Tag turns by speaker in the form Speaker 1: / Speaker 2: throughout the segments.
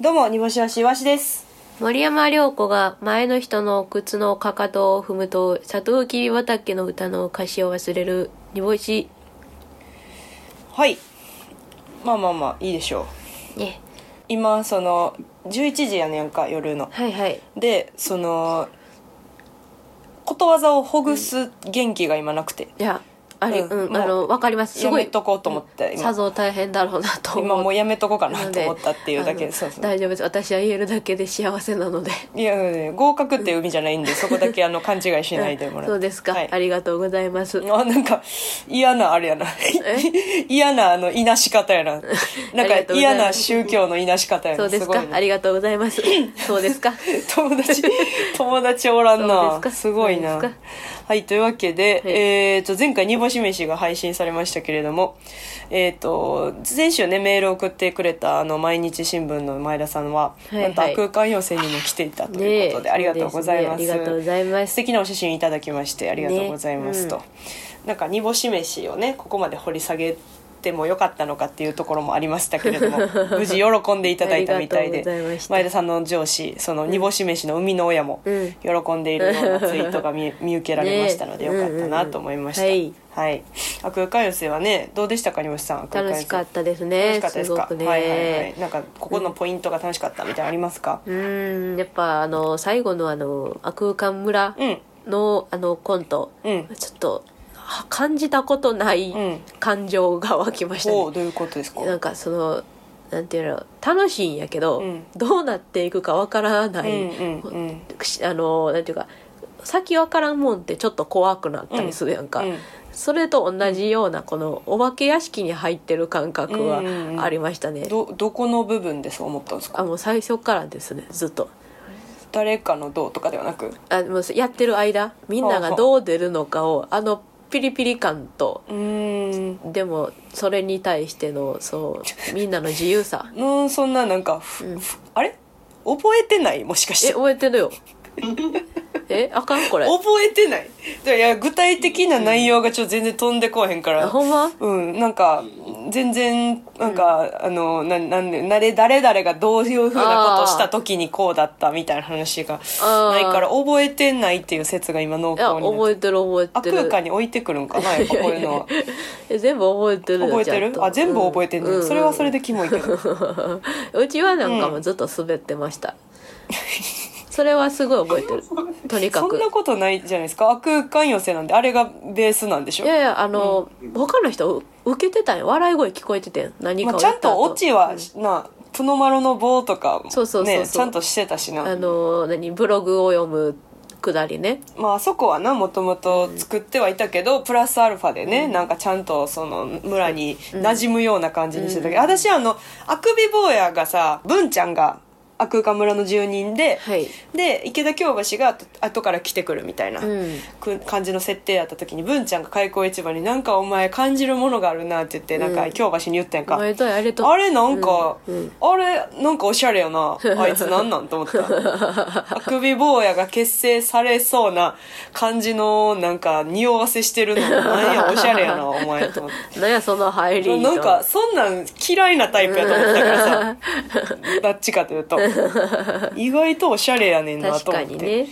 Speaker 1: どうも、煮干しわしわしです。
Speaker 2: 森山良子が前の人の靴のかかとを踏むと、サトウキビ畑の歌の歌詞を忘れる、煮干し。
Speaker 1: はい。まあまあまあ、いいでしょう。
Speaker 2: ね。
Speaker 1: 今、その、11時やねんか、夜の。
Speaker 2: はいはい。
Speaker 1: で、その、ことわざをほぐす元気が今なくて。
Speaker 2: いや、あれ、
Speaker 1: う
Speaker 2: うんん、
Speaker 1: もう
Speaker 2: あの、わかります。す
Speaker 1: や
Speaker 2: ごい。
Speaker 1: めとこうと思って、
Speaker 2: さ
Speaker 1: 今。
Speaker 2: ぞ大変だろうなと思
Speaker 1: 今もう
Speaker 2: う。
Speaker 1: やめとこうかな
Speaker 2: なの
Speaker 1: と
Speaker 2: で
Speaker 1: 思ったっていうだけ
Speaker 2: あの
Speaker 1: そうそう。
Speaker 2: 大丈夫です。私は言えるだけで幸せなので。
Speaker 1: いや、いやいや合格っていう意味じゃないんで、そこだけあの、勘違いしないでもら
Speaker 2: そうですか、
Speaker 1: はい
Speaker 2: ありがとうございます。
Speaker 1: あ、なんか、嫌な、あれやな。 嫌な、あの、いなし方 やな。なん
Speaker 2: ありが
Speaker 1: か、
Speaker 2: とうござ
Speaker 1: 嫌
Speaker 2: います
Speaker 1: な宗教のいなし方やな。
Speaker 2: そうです
Speaker 1: ご
Speaker 2: か
Speaker 1: いな
Speaker 2: ありがとうござい ます。そうですか
Speaker 1: 友達、友達おらん
Speaker 2: そうで
Speaker 1: な
Speaker 2: す。か
Speaker 1: すごい
Speaker 2: そ
Speaker 1: な
Speaker 2: うですか。
Speaker 1: はい、というわけで、
Speaker 2: はい
Speaker 1: えっ、と、前回煮干し飯が配信されましたけれども、えっ、と、前週ね、メールを送ってくれた、あの、毎日新聞の前田さんは、
Speaker 2: はいはい
Speaker 1: なんと空間要請にも来ていたということで、ありがとうございます。
Speaker 2: そうですねありがとうございま
Speaker 1: 素
Speaker 2: す。
Speaker 1: 敵なお写真いただきましてありがとうございます
Speaker 2: ね
Speaker 1: と、なんか煮干し飯をねここまで掘り下げてもよかったのかっていうところもありましたけれど も無事喜んでいただいたみたい
Speaker 2: あ
Speaker 1: で
Speaker 2: りがとうございました
Speaker 1: 前田さんの上司その煮干し飯の生みの親も
Speaker 2: うん
Speaker 1: 喜んでいるようなツイートが見見受けられましたのでよ
Speaker 2: ね
Speaker 1: かったなと思いました、
Speaker 2: うんうんうん
Speaker 1: はい悪空間寄せはねどうでしたか煮干しさん悪空間寄
Speaker 2: 楽
Speaker 1: せ
Speaker 2: しかったです
Speaker 1: 楽
Speaker 2: ね。
Speaker 1: しかったです
Speaker 2: すご
Speaker 1: か
Speaker 2: くね。
Speaker 1: はいはいはいなんかここのポイントが楽しかったみたいなのありますか
Speaker 2: うーん、やっぱあの、最後のあの、悪空間村
Speaker 1: うん
Speaker 2: の、あの、コント、
Speaker 1: うん
Speaker 2: ちょっと、は感じたことない
Speaker 1: うん
Speaker 2: 感情が湧きました
Speaker 1: お
Speaker 2: ね
Speaker 1: う。どういうことですか
Speaker 2: なんかその、なんていうの、楽しいんやけど、
Speaker 1: うん
Speaker 2: どうなっていくかわからない、
Speaker 1: うんうんうん
Speaker 2: くしあの、なんていうか、先わからんもんってちょっと怖くなったりするやんか。
Speaker 1: うん
Speaker 2: それと同じようなこのお化け屋敷に入ってる感覚は
Speaker 1: うんうんうん
Speaker 2: ありましたね、
Speaker 1: どどこの部分でそう思ったんです
Speaker 2: あ
Speaker 1: か
Speaker 2: もう最初からですねずっと
Speaker 1: 誰かのどうとかではなく
Speaker 2: あもうやってる間みんながどう出るのかをあのピリピリ感と
Speaker 1: うーん
Speaker 2: でもそれに対してのそうみんなの自由さ
Speaker 1: うんそんななんか、ふふあれ覚えてないもしかし
Speaker 2: え
Speaker 1: て
Speaker 2: 覚えてるよえあかんこれ
Speaker 1: 覚えてないいや具体的な内容がちょっと全然飛んでこうへんか
Speaker 2: あ
Speaker 1: ら
Speaker 2: ほんま
Speaker 1: うん、なんか全然なんか、あのななんでなれ誰々がどういうふうなことをした時にこうだったみたいな話がないから覚えてないっていう説が今濃
Speaker 2: いや
Speaker 1: 厚になっ
Speaker 2: 覚えてる覚えて
Speaker 1: てるあ空
Speaker 2: る
Speaker 1: 間に置いてくるんかなやっぱこういうのは
Speaker 2: え全部覚えてるよ
Speaker 1: 覚えて
Speaker 2: ちゃん
Speaker 1: る
Speaker 2: と
Speaker 1: あ全部覚えてる、
Speaker 2: うんうん
Speaker 1: それはそれでキモいけど
Speaker 2: うちはなんかもうずっと滑ってました、それはすごい覚えてるとに か
Speaker 1: そん
Speaker 2: く
Speaker 1: なことないじゃないですか悪感寄せなんであれがベースなんでしょ
Speaker 2: いやいやあの、他の人う受けてたんよ笑い声聞こえててん何か
Speaker 1: まあ、
Speaker 2: を
Speaker 1: ち
Speaker 2: 言
Speaker 1: ゃ
Speaker 2: っ
Speaker 1: ん
Speaker 2: た後
Speaker 1: とオチは、なプノマロの棒とかも
Speaker 2: そうそうそうそう
Speaker 1: ねちゃんとしてたしな
Speaker 2: あの何ブログを読むくだりね
Speaker 1: まああそこはなもともと作ってはいたけど、プラスアルファでね、なんかちゃんとその村に馴染むような感じにしてたけど、私あのあくび坊やがさ文ちゃんがあくか村の住人で、
Speaker 2: はい
Speaker 1: で池田京橋が後後から来てくるみたいな、
Speaker 2: うん
Speaker 1: く感じの設定やった時に文ちゃんが開口市場に「なんかお前感じるものがあるな」って言ってなんか
Speaker 2: うん
Speaker 1: 京橋に言ったやん
Speaker 2: お
Speaker 1: か、
Speaker 2: 前とやれと
Speaker 1: あれなんか、
Speaker 2: うんうん
Speaker 1: あれなんかおしゃれよなあいつなんなんと思った あくび坊やが結成されそうな感じのなんか匂わせしてるのなんやおしゃれや なお前と思って。
Speaker 2: なんやその入り
Speaker 1: なんかそんなん嫌いなタイプやと思ったから さどっちかというと意外とおしゃれやねんな
Speaker 2: 確
Speaker 1: と思
Speaker 2: か
Speaker 1: って
Speaker 2: にね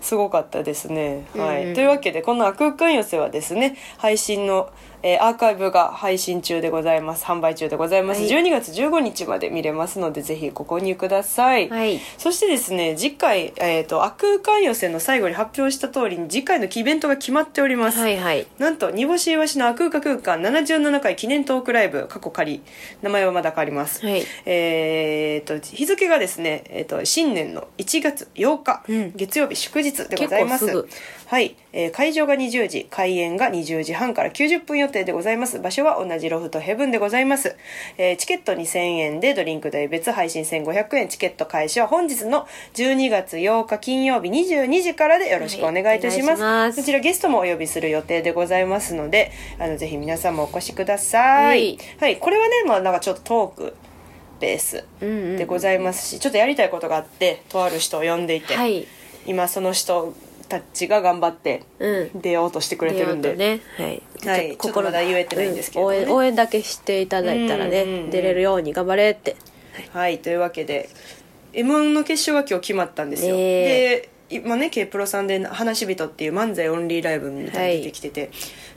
Speaker 1: すごかったですね。は
Speaker 2: うんう
Speaker 1: い。
Speaker 2: ん
Speaker 1: というわけで、この悪空間寄せはですね、配信の、えーアーカイブが配信中でございます。販売中でございます。
Speaker 2: はい
Speaker 1: 12月15日まで見れますので、ぜひご購入ください。
Speaker 2: はい
Speaker 1: そしてですね、次回、えっ、と、悪空間寄せの最後に発表した通りに、次回のイベントが決まっております。
Speaker 2: はいはい
Speaker 1: なんと、煮干しいわしの悪空間空間77回記念トークライブ、過去仮。名前はまだ変わります。
Speaker 2: はい
Speaker 1: えー、と日付がですね、えー、と新年の1月8日、
Speaker 2: うん
Speaker 1: 月曜日祝日でございます
Speaker 2: 結構す
Speaker 1: はい、えー会場が20時開演が20時半から90分予定でございます場所は同じロフトヘブンでございます、えーチケット2000円でドリンク代別配信1500円チケット開始は本日の12月8日金曜日22時からでよろしくお願いいたします,、
Speaker 2: はいお願いします
Speaker 1: こちらゲストもお呼びする予定でございますのであのぜひ皆さんもお越しください、はい、これはね、まあ、なんかちょっとトークベース
Speaker 2: うんうん
Speaker 1: でございますし、ちょっとやりたいことがあってとある人を呼んでいて、
Speaker 2: はい
Speaker 1: 今その人たちが頑張って
Speaker 2: うん
Speaker 1: 出ようとしてくれてるんで、
Speaker 2: 出ようとねはい
Speaker 1: はいちょっとまだ言えてないんですけどね
Speaker 2: うん応援応援だけしていただいたらね、
Speaker 1: うんうんうん
Speaker 2: 出れるように頑張れって
Speaker 1: はい、というわけで m 1の決勝は今日決まったんですよ、
Speaker 2: ね
Speaker 1: で今ね K プロさんで「話し人」っていう漫才オンリーライブみたいに出てきてて、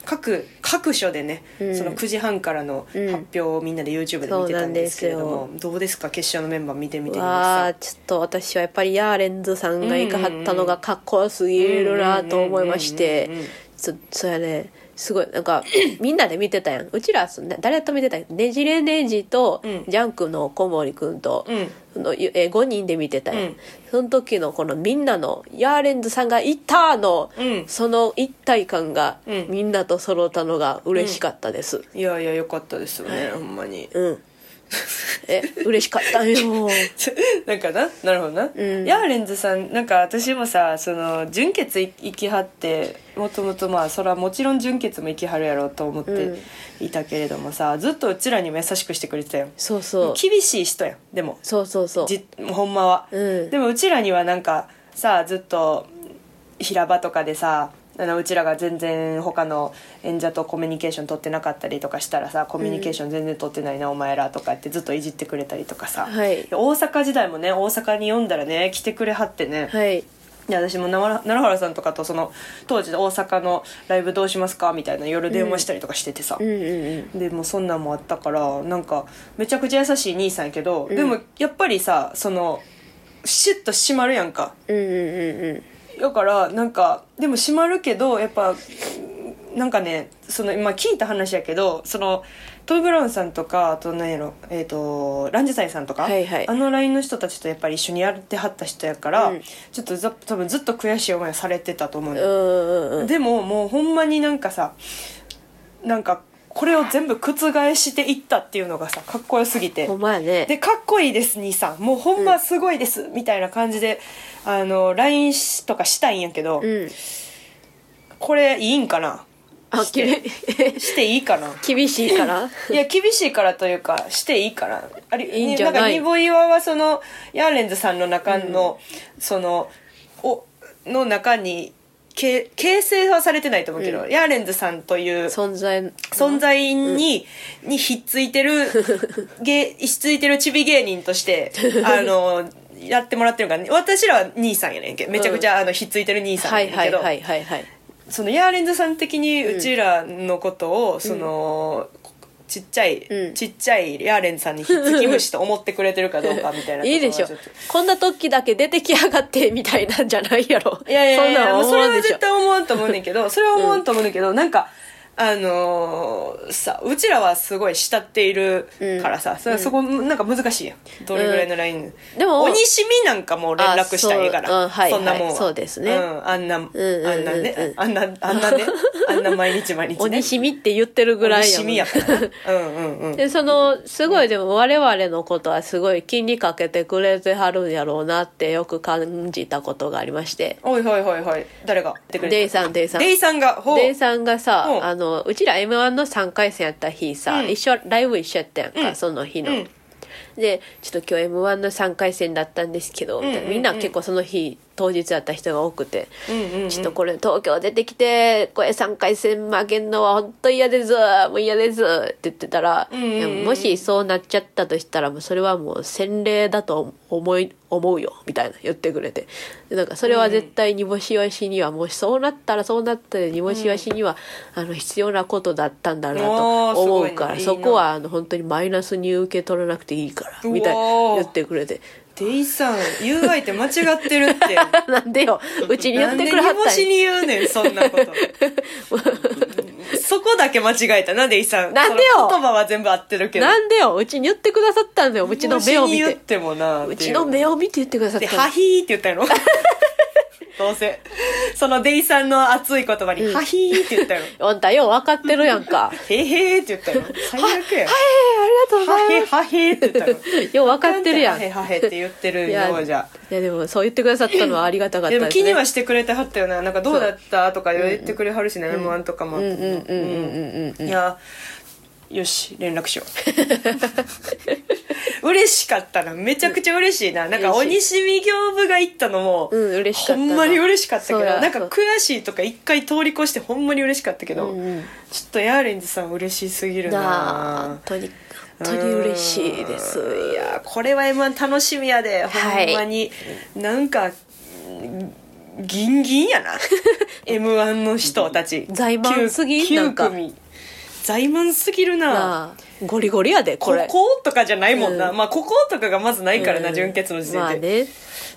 Speaker 1: 各各所でね、
Speaker 2: うん
Speaker 1: その9時半からの発表をみんなで YouTube で見てたんですけれど
Speaker 2: そうな
Speaker 1: も、どうですか決勝のメンバー見てみてみ
Speaker 2: わ
Speaker 1: ま
Speaker 2: あちょっと私はやっぱりヤーレンズさんがいかはったのがかっこよすぎるなと思いまし
Speaker 1: うんうんうんうん
Speaker 2: てちょそれねすごいなんか みんなで見てたやんうちらそんな誰と見てたんねじれねじと、
Speaker 1: うん
Speaker 2: ジャンクの小森くんと、
Speaker 1: うん
Speaker 2: そのえー5人で見てたやん、
Speaker 1: うん
Speaker 2: その時のこのみんなのヤーレンズさんが「いった!」の、
Speaker 1: うん
Speaker 2: その一体感が、
Speaker 1: うん
Speaker 2: みんなと揃ったのが嬉しかったです
Speaker 1: すいやいやよかったですよね、ほんまに
Speaker 2: うん、え嬉し かったよ
Speaker 1: なんかななるほどな、
Speaker 2: うん
Speaker 1: ヤーレンズさんなんか私もさその純潔い行きはってもともとまあそれはもちろん純潔も行きはるやろうと思っていたけれどもさ、ずっとうちらにも優しくしてくれてたよ
Speaker 2: そうそう
Speaker 1: 厳しい人やんでも
Speaker 2: そうそうそう
Speaker 1: じほんまは、
Speaker 2: うん
Speaker 1: でもうちらにはなんかさずっと平場とかでさあのうちらが全然他の演者とコミュニケーション取ってなかったりとかしたらさコミュニケーション全然取ってないな、お前らとかってずっといじってくれたりとかさ、
Speaker 2: はい
Speaker 1: で大阪時代もね大阪に読んだらね来てくれはってね、
Speaker 2: はい
Speaker 1: で私も奈良奈良原さんとかとその当時大阪のライブどうしますかみたいな夜電話したりとかしててさ、
Speaker 2: うんうん
Speaker 1: でもうそんなんもあったからなんかめちゃくちゃ優しい兄さんやけど、でもやっぱりさそのシュッと締まるやんか
Speaker 2: うんうんうんうん
Speaker 1: だからなんかでも締まるけどやっぱなんかねその今聞いた話やけどそのトイ・ブラウンさんとかあと何やろ、えー、とランジェサイさんとか、
Speaker 2: はいはい
Speaker 1: あのラインの人たちとやっぱり一緒にやってはった人やから、
Speaker 2: うん
Speaker 1: ちょっとざ多分ずっと悔しい思いをされてたと思うのよ
Speaker 2: うんうんうん
Speaker 1: でももうほんまになんかさなんかこれを全部覆していったっていうのがさかっこよすぎて
Speaker 2: ほんまやね
Speaker 1: でかっこいいです兄さんもうほんますごいです、みたいな感じであの LINE しとかしたいんやけど、
Speaker 2: うん
Speaker 1: これいいんかな
Speaker 2: あきれ
Speaker 1: していいかな
Speaker 2: 厳しいから
Speaker 1: いや厳しいからというかしていいからあれ
Speaker 2: いいんじゃない
Speaker 1: んかニボイワはそのヤーレンズさんの中の、そのおの中にけ形成はされてないと思うけど、ヤーレンズさんという
Speaker 2: 存在
Speaker 1: 存在に、にひっついてる、 げ、ひっついてるちび芸人として、あの、やってもらってるから、ね、私らは兄さんやねんけど、めちゃくちゃ、あの、ひっついてる兄さん
Speaker 2: は
Speaker 1: や
Speaker 2: い
Speaker 1: ねん
Speaker 2: は
Speaker 1: け
Speaker 2: い
Speaker 1: ど、
Speaker 2: はいはいはい
Speaker 1: そのヤーレンズさん的にうちらのことを、その、ちっちゃい、
Speaker 2: うん
Speaker 1: ちっちゃいヤーレンズさんにひっつき虫と思ってくれてるかどうかみたいなところはちょっと。
Speaker 2: いいでしょこんな時だけ出てきやがってみたいなんじゃないやろ
Speaker 1: いやいやいや、もう
Speaker 2: そ
Speaker 1: そ
Speaker 2: ん
Speaker 1: れ
Speaker 2: なん思わん
Speaker 1: は
Speaker 2: でし
Speaker 1: 絶
Speaker 2: ょ
Speaker 1: 対思わんと思うねんけ ど、それは思わんと思うねんけど、なんか、あのーさ、うちらはすごい慕っているからさ、それはそこ、なんか難しいやん。どれぐらいのライン、
Speaker 2: でも
Speaker 1: 鬼しみなんかもう連絡したらええか
Speaker 2: あそうう
Speaker 1: ら、
Speaker 2: んはい
Speaker 1: そんなもんは、
Speaker 2: はいそうですね
Speaker 1: うん、あんな、あん
Speaker 2: うん
Speaker 1: なね、あんな、あんな ね、あんな毎日毎日ね。
Speaker 2: 鬼しみって言ってるぐらい
Speaker 1: 鬼しみやからな。うんうんうん。
Speaker 2: でそのすごいでも我々のことはすごい気にかけてくれてはるんやろうなってよく感じたことがありまして
Speaker 1: おいはいはいはい。誰が出てくれた
Speaker 2: デイさんデイさん
Speaker 1: デイさんが、ほう。
Speaker 2: デイさんが
Speaker 1: ほ
Speaker 2: さ
Speaker 1: う
Speaker 2: あのうちら m 1の3回戦やった日さ、
Speaker 1: うん
Speaker 2: 一緒ライブ一緒やったやんか、
Speaker 1: うん
Speaker 2: その日の、
Speaker 1: うん
Speaker 2: でちょっと今日 m 1の3回戦だったんですけど、みたいな
Speaker 1: うんうんうん
Speaker 2: みんな結構その日当日だった人が多くて、
Speaker 1: うんうんうん
Speaker 2: ちょっとこれ東京出てきてこれ3回戦負けんのは本当嫌ですもう嫌ですって言ってたら、
Speaker 1: んうんうん
Speaker 2: いやもしそうなっちゃったとしたらもうそれはもう洗礼だと思い思うよみたいな言ってくれてでなんかそれは絶対煮干しわしにはもしそうなったらそうなったで煮干しわしには、あの必要なことだったんだな
Speaker 1: おー
Speaker 2: と思うか
Speaker 1: すごいねいい
Speaker 2: ら、
Speaker 1: な
Speaker 2: そこはあの本当にマイナスに受け取らなくていいからみたいな
Speaker 1: うおー
Speaker 2: 言ってくれて
Speaker 1: デイさん、言う相手間違ってるって。
Speaker 2: なん でようちに言
Speaker 1: な
Speaker 2: っ
Speaker 1: んで
Speaker 2: て
Speaker 1: 煮
Speaker 2: くれはっ
Speaker 1: 干
Speaker 2: たん
Speaker 1: し
Speaker 2: や
Speaker 1: に言うねんそんなことそこだけ間違えたなでイさん
Speaker 2: なんでよ
Speaker 1: その言葉は全部合ってるけど
Speaker 2: なんでようちに言ってくださったんだようちの目を
Speaker 1: 煮干
Speaker 2: 見
Speaker 1: しに言っててもな
Speaker 2: うちの目を見て言ってくださっ
Speaker 1: で「
Speaker 2: た
Speaker 1: ハ
Speaker 2: の
Speaker 1: ヒー」って言 ったんやろどうせそのデイさんの熱い言葉に「ハヒー」って言ったんやろ
Speaker 2: あんたよう分かってるやん か
Speaker 1: 「へへー」って言ったんやろ最悪や
Speaker 2: ええありがとうご
Speaker 1: は
Speaker 2: ざい
Speaker 1: へ
Speaker 2: ま
Speaker 1: はへーって言ったんやろ
Speaker 2: すよう分かってるやん
Speaker 1: はへ
Speaker 2: い
Speaker 1: はへって言ってるよ
Speaker 2: や
Speaker 1: うじゃ
Speaker 2: いやでもそう言ってくださったのはありがたかった
Speaker 1: でも
Speaker 2: です
Speaker 1: 気
Speaker 2: ね
Speaker 1: にはしてくれてはったよななんかどうだったとか言ってくれはるしね m 1とかも
Speaker 2: うんうんうんうんうんうん
Speaker 1: いやよし連絡しよう 嬉しかったなめちゃくちゃ嬉しいななんか
Speaker 2: 嬉
Speaker 1: 鬼しみ行部が行ったのも、
Speaker 2: うん嬉しかった
Speaker 1: ほ
Speaker 2: なん
Speaker 1: まに嬉しかったけど
Speaker 2: そうや
Speaker 1: なんか
Speaker 2: そう
Speaker 1: 悔しいとか一回通り越してほんまに嬉しかったけど、
Speaker 2: うんうん
Speaker 1: ちょっとヤーレンズさん嬉しいすぎるな
Speaker 2: なあ本当に当に嬉しいです
Speaker 1: うんいやーこれは m 1楽しみやで
Speaker 2: はい
Speaker 1: ほんまに、なんかうんギンギン やな m 1の人たち
Speaker 2: 在満すぎな
Speaker 1: 9
Speaker 2: んか
Speaker 1: 組在満すぎるな
Speaker 2: ああゴリゴリやでこ
Speaker 1: こ
Speaker 2: れ
Speaker 1: ことかじゃないもんな、
Speaker 2: うん
Speaker 1: まあこことかがまずないからな、
Speaker 2: うん
Speaker 1: 純潔の時点で、
Speaker 2: まあね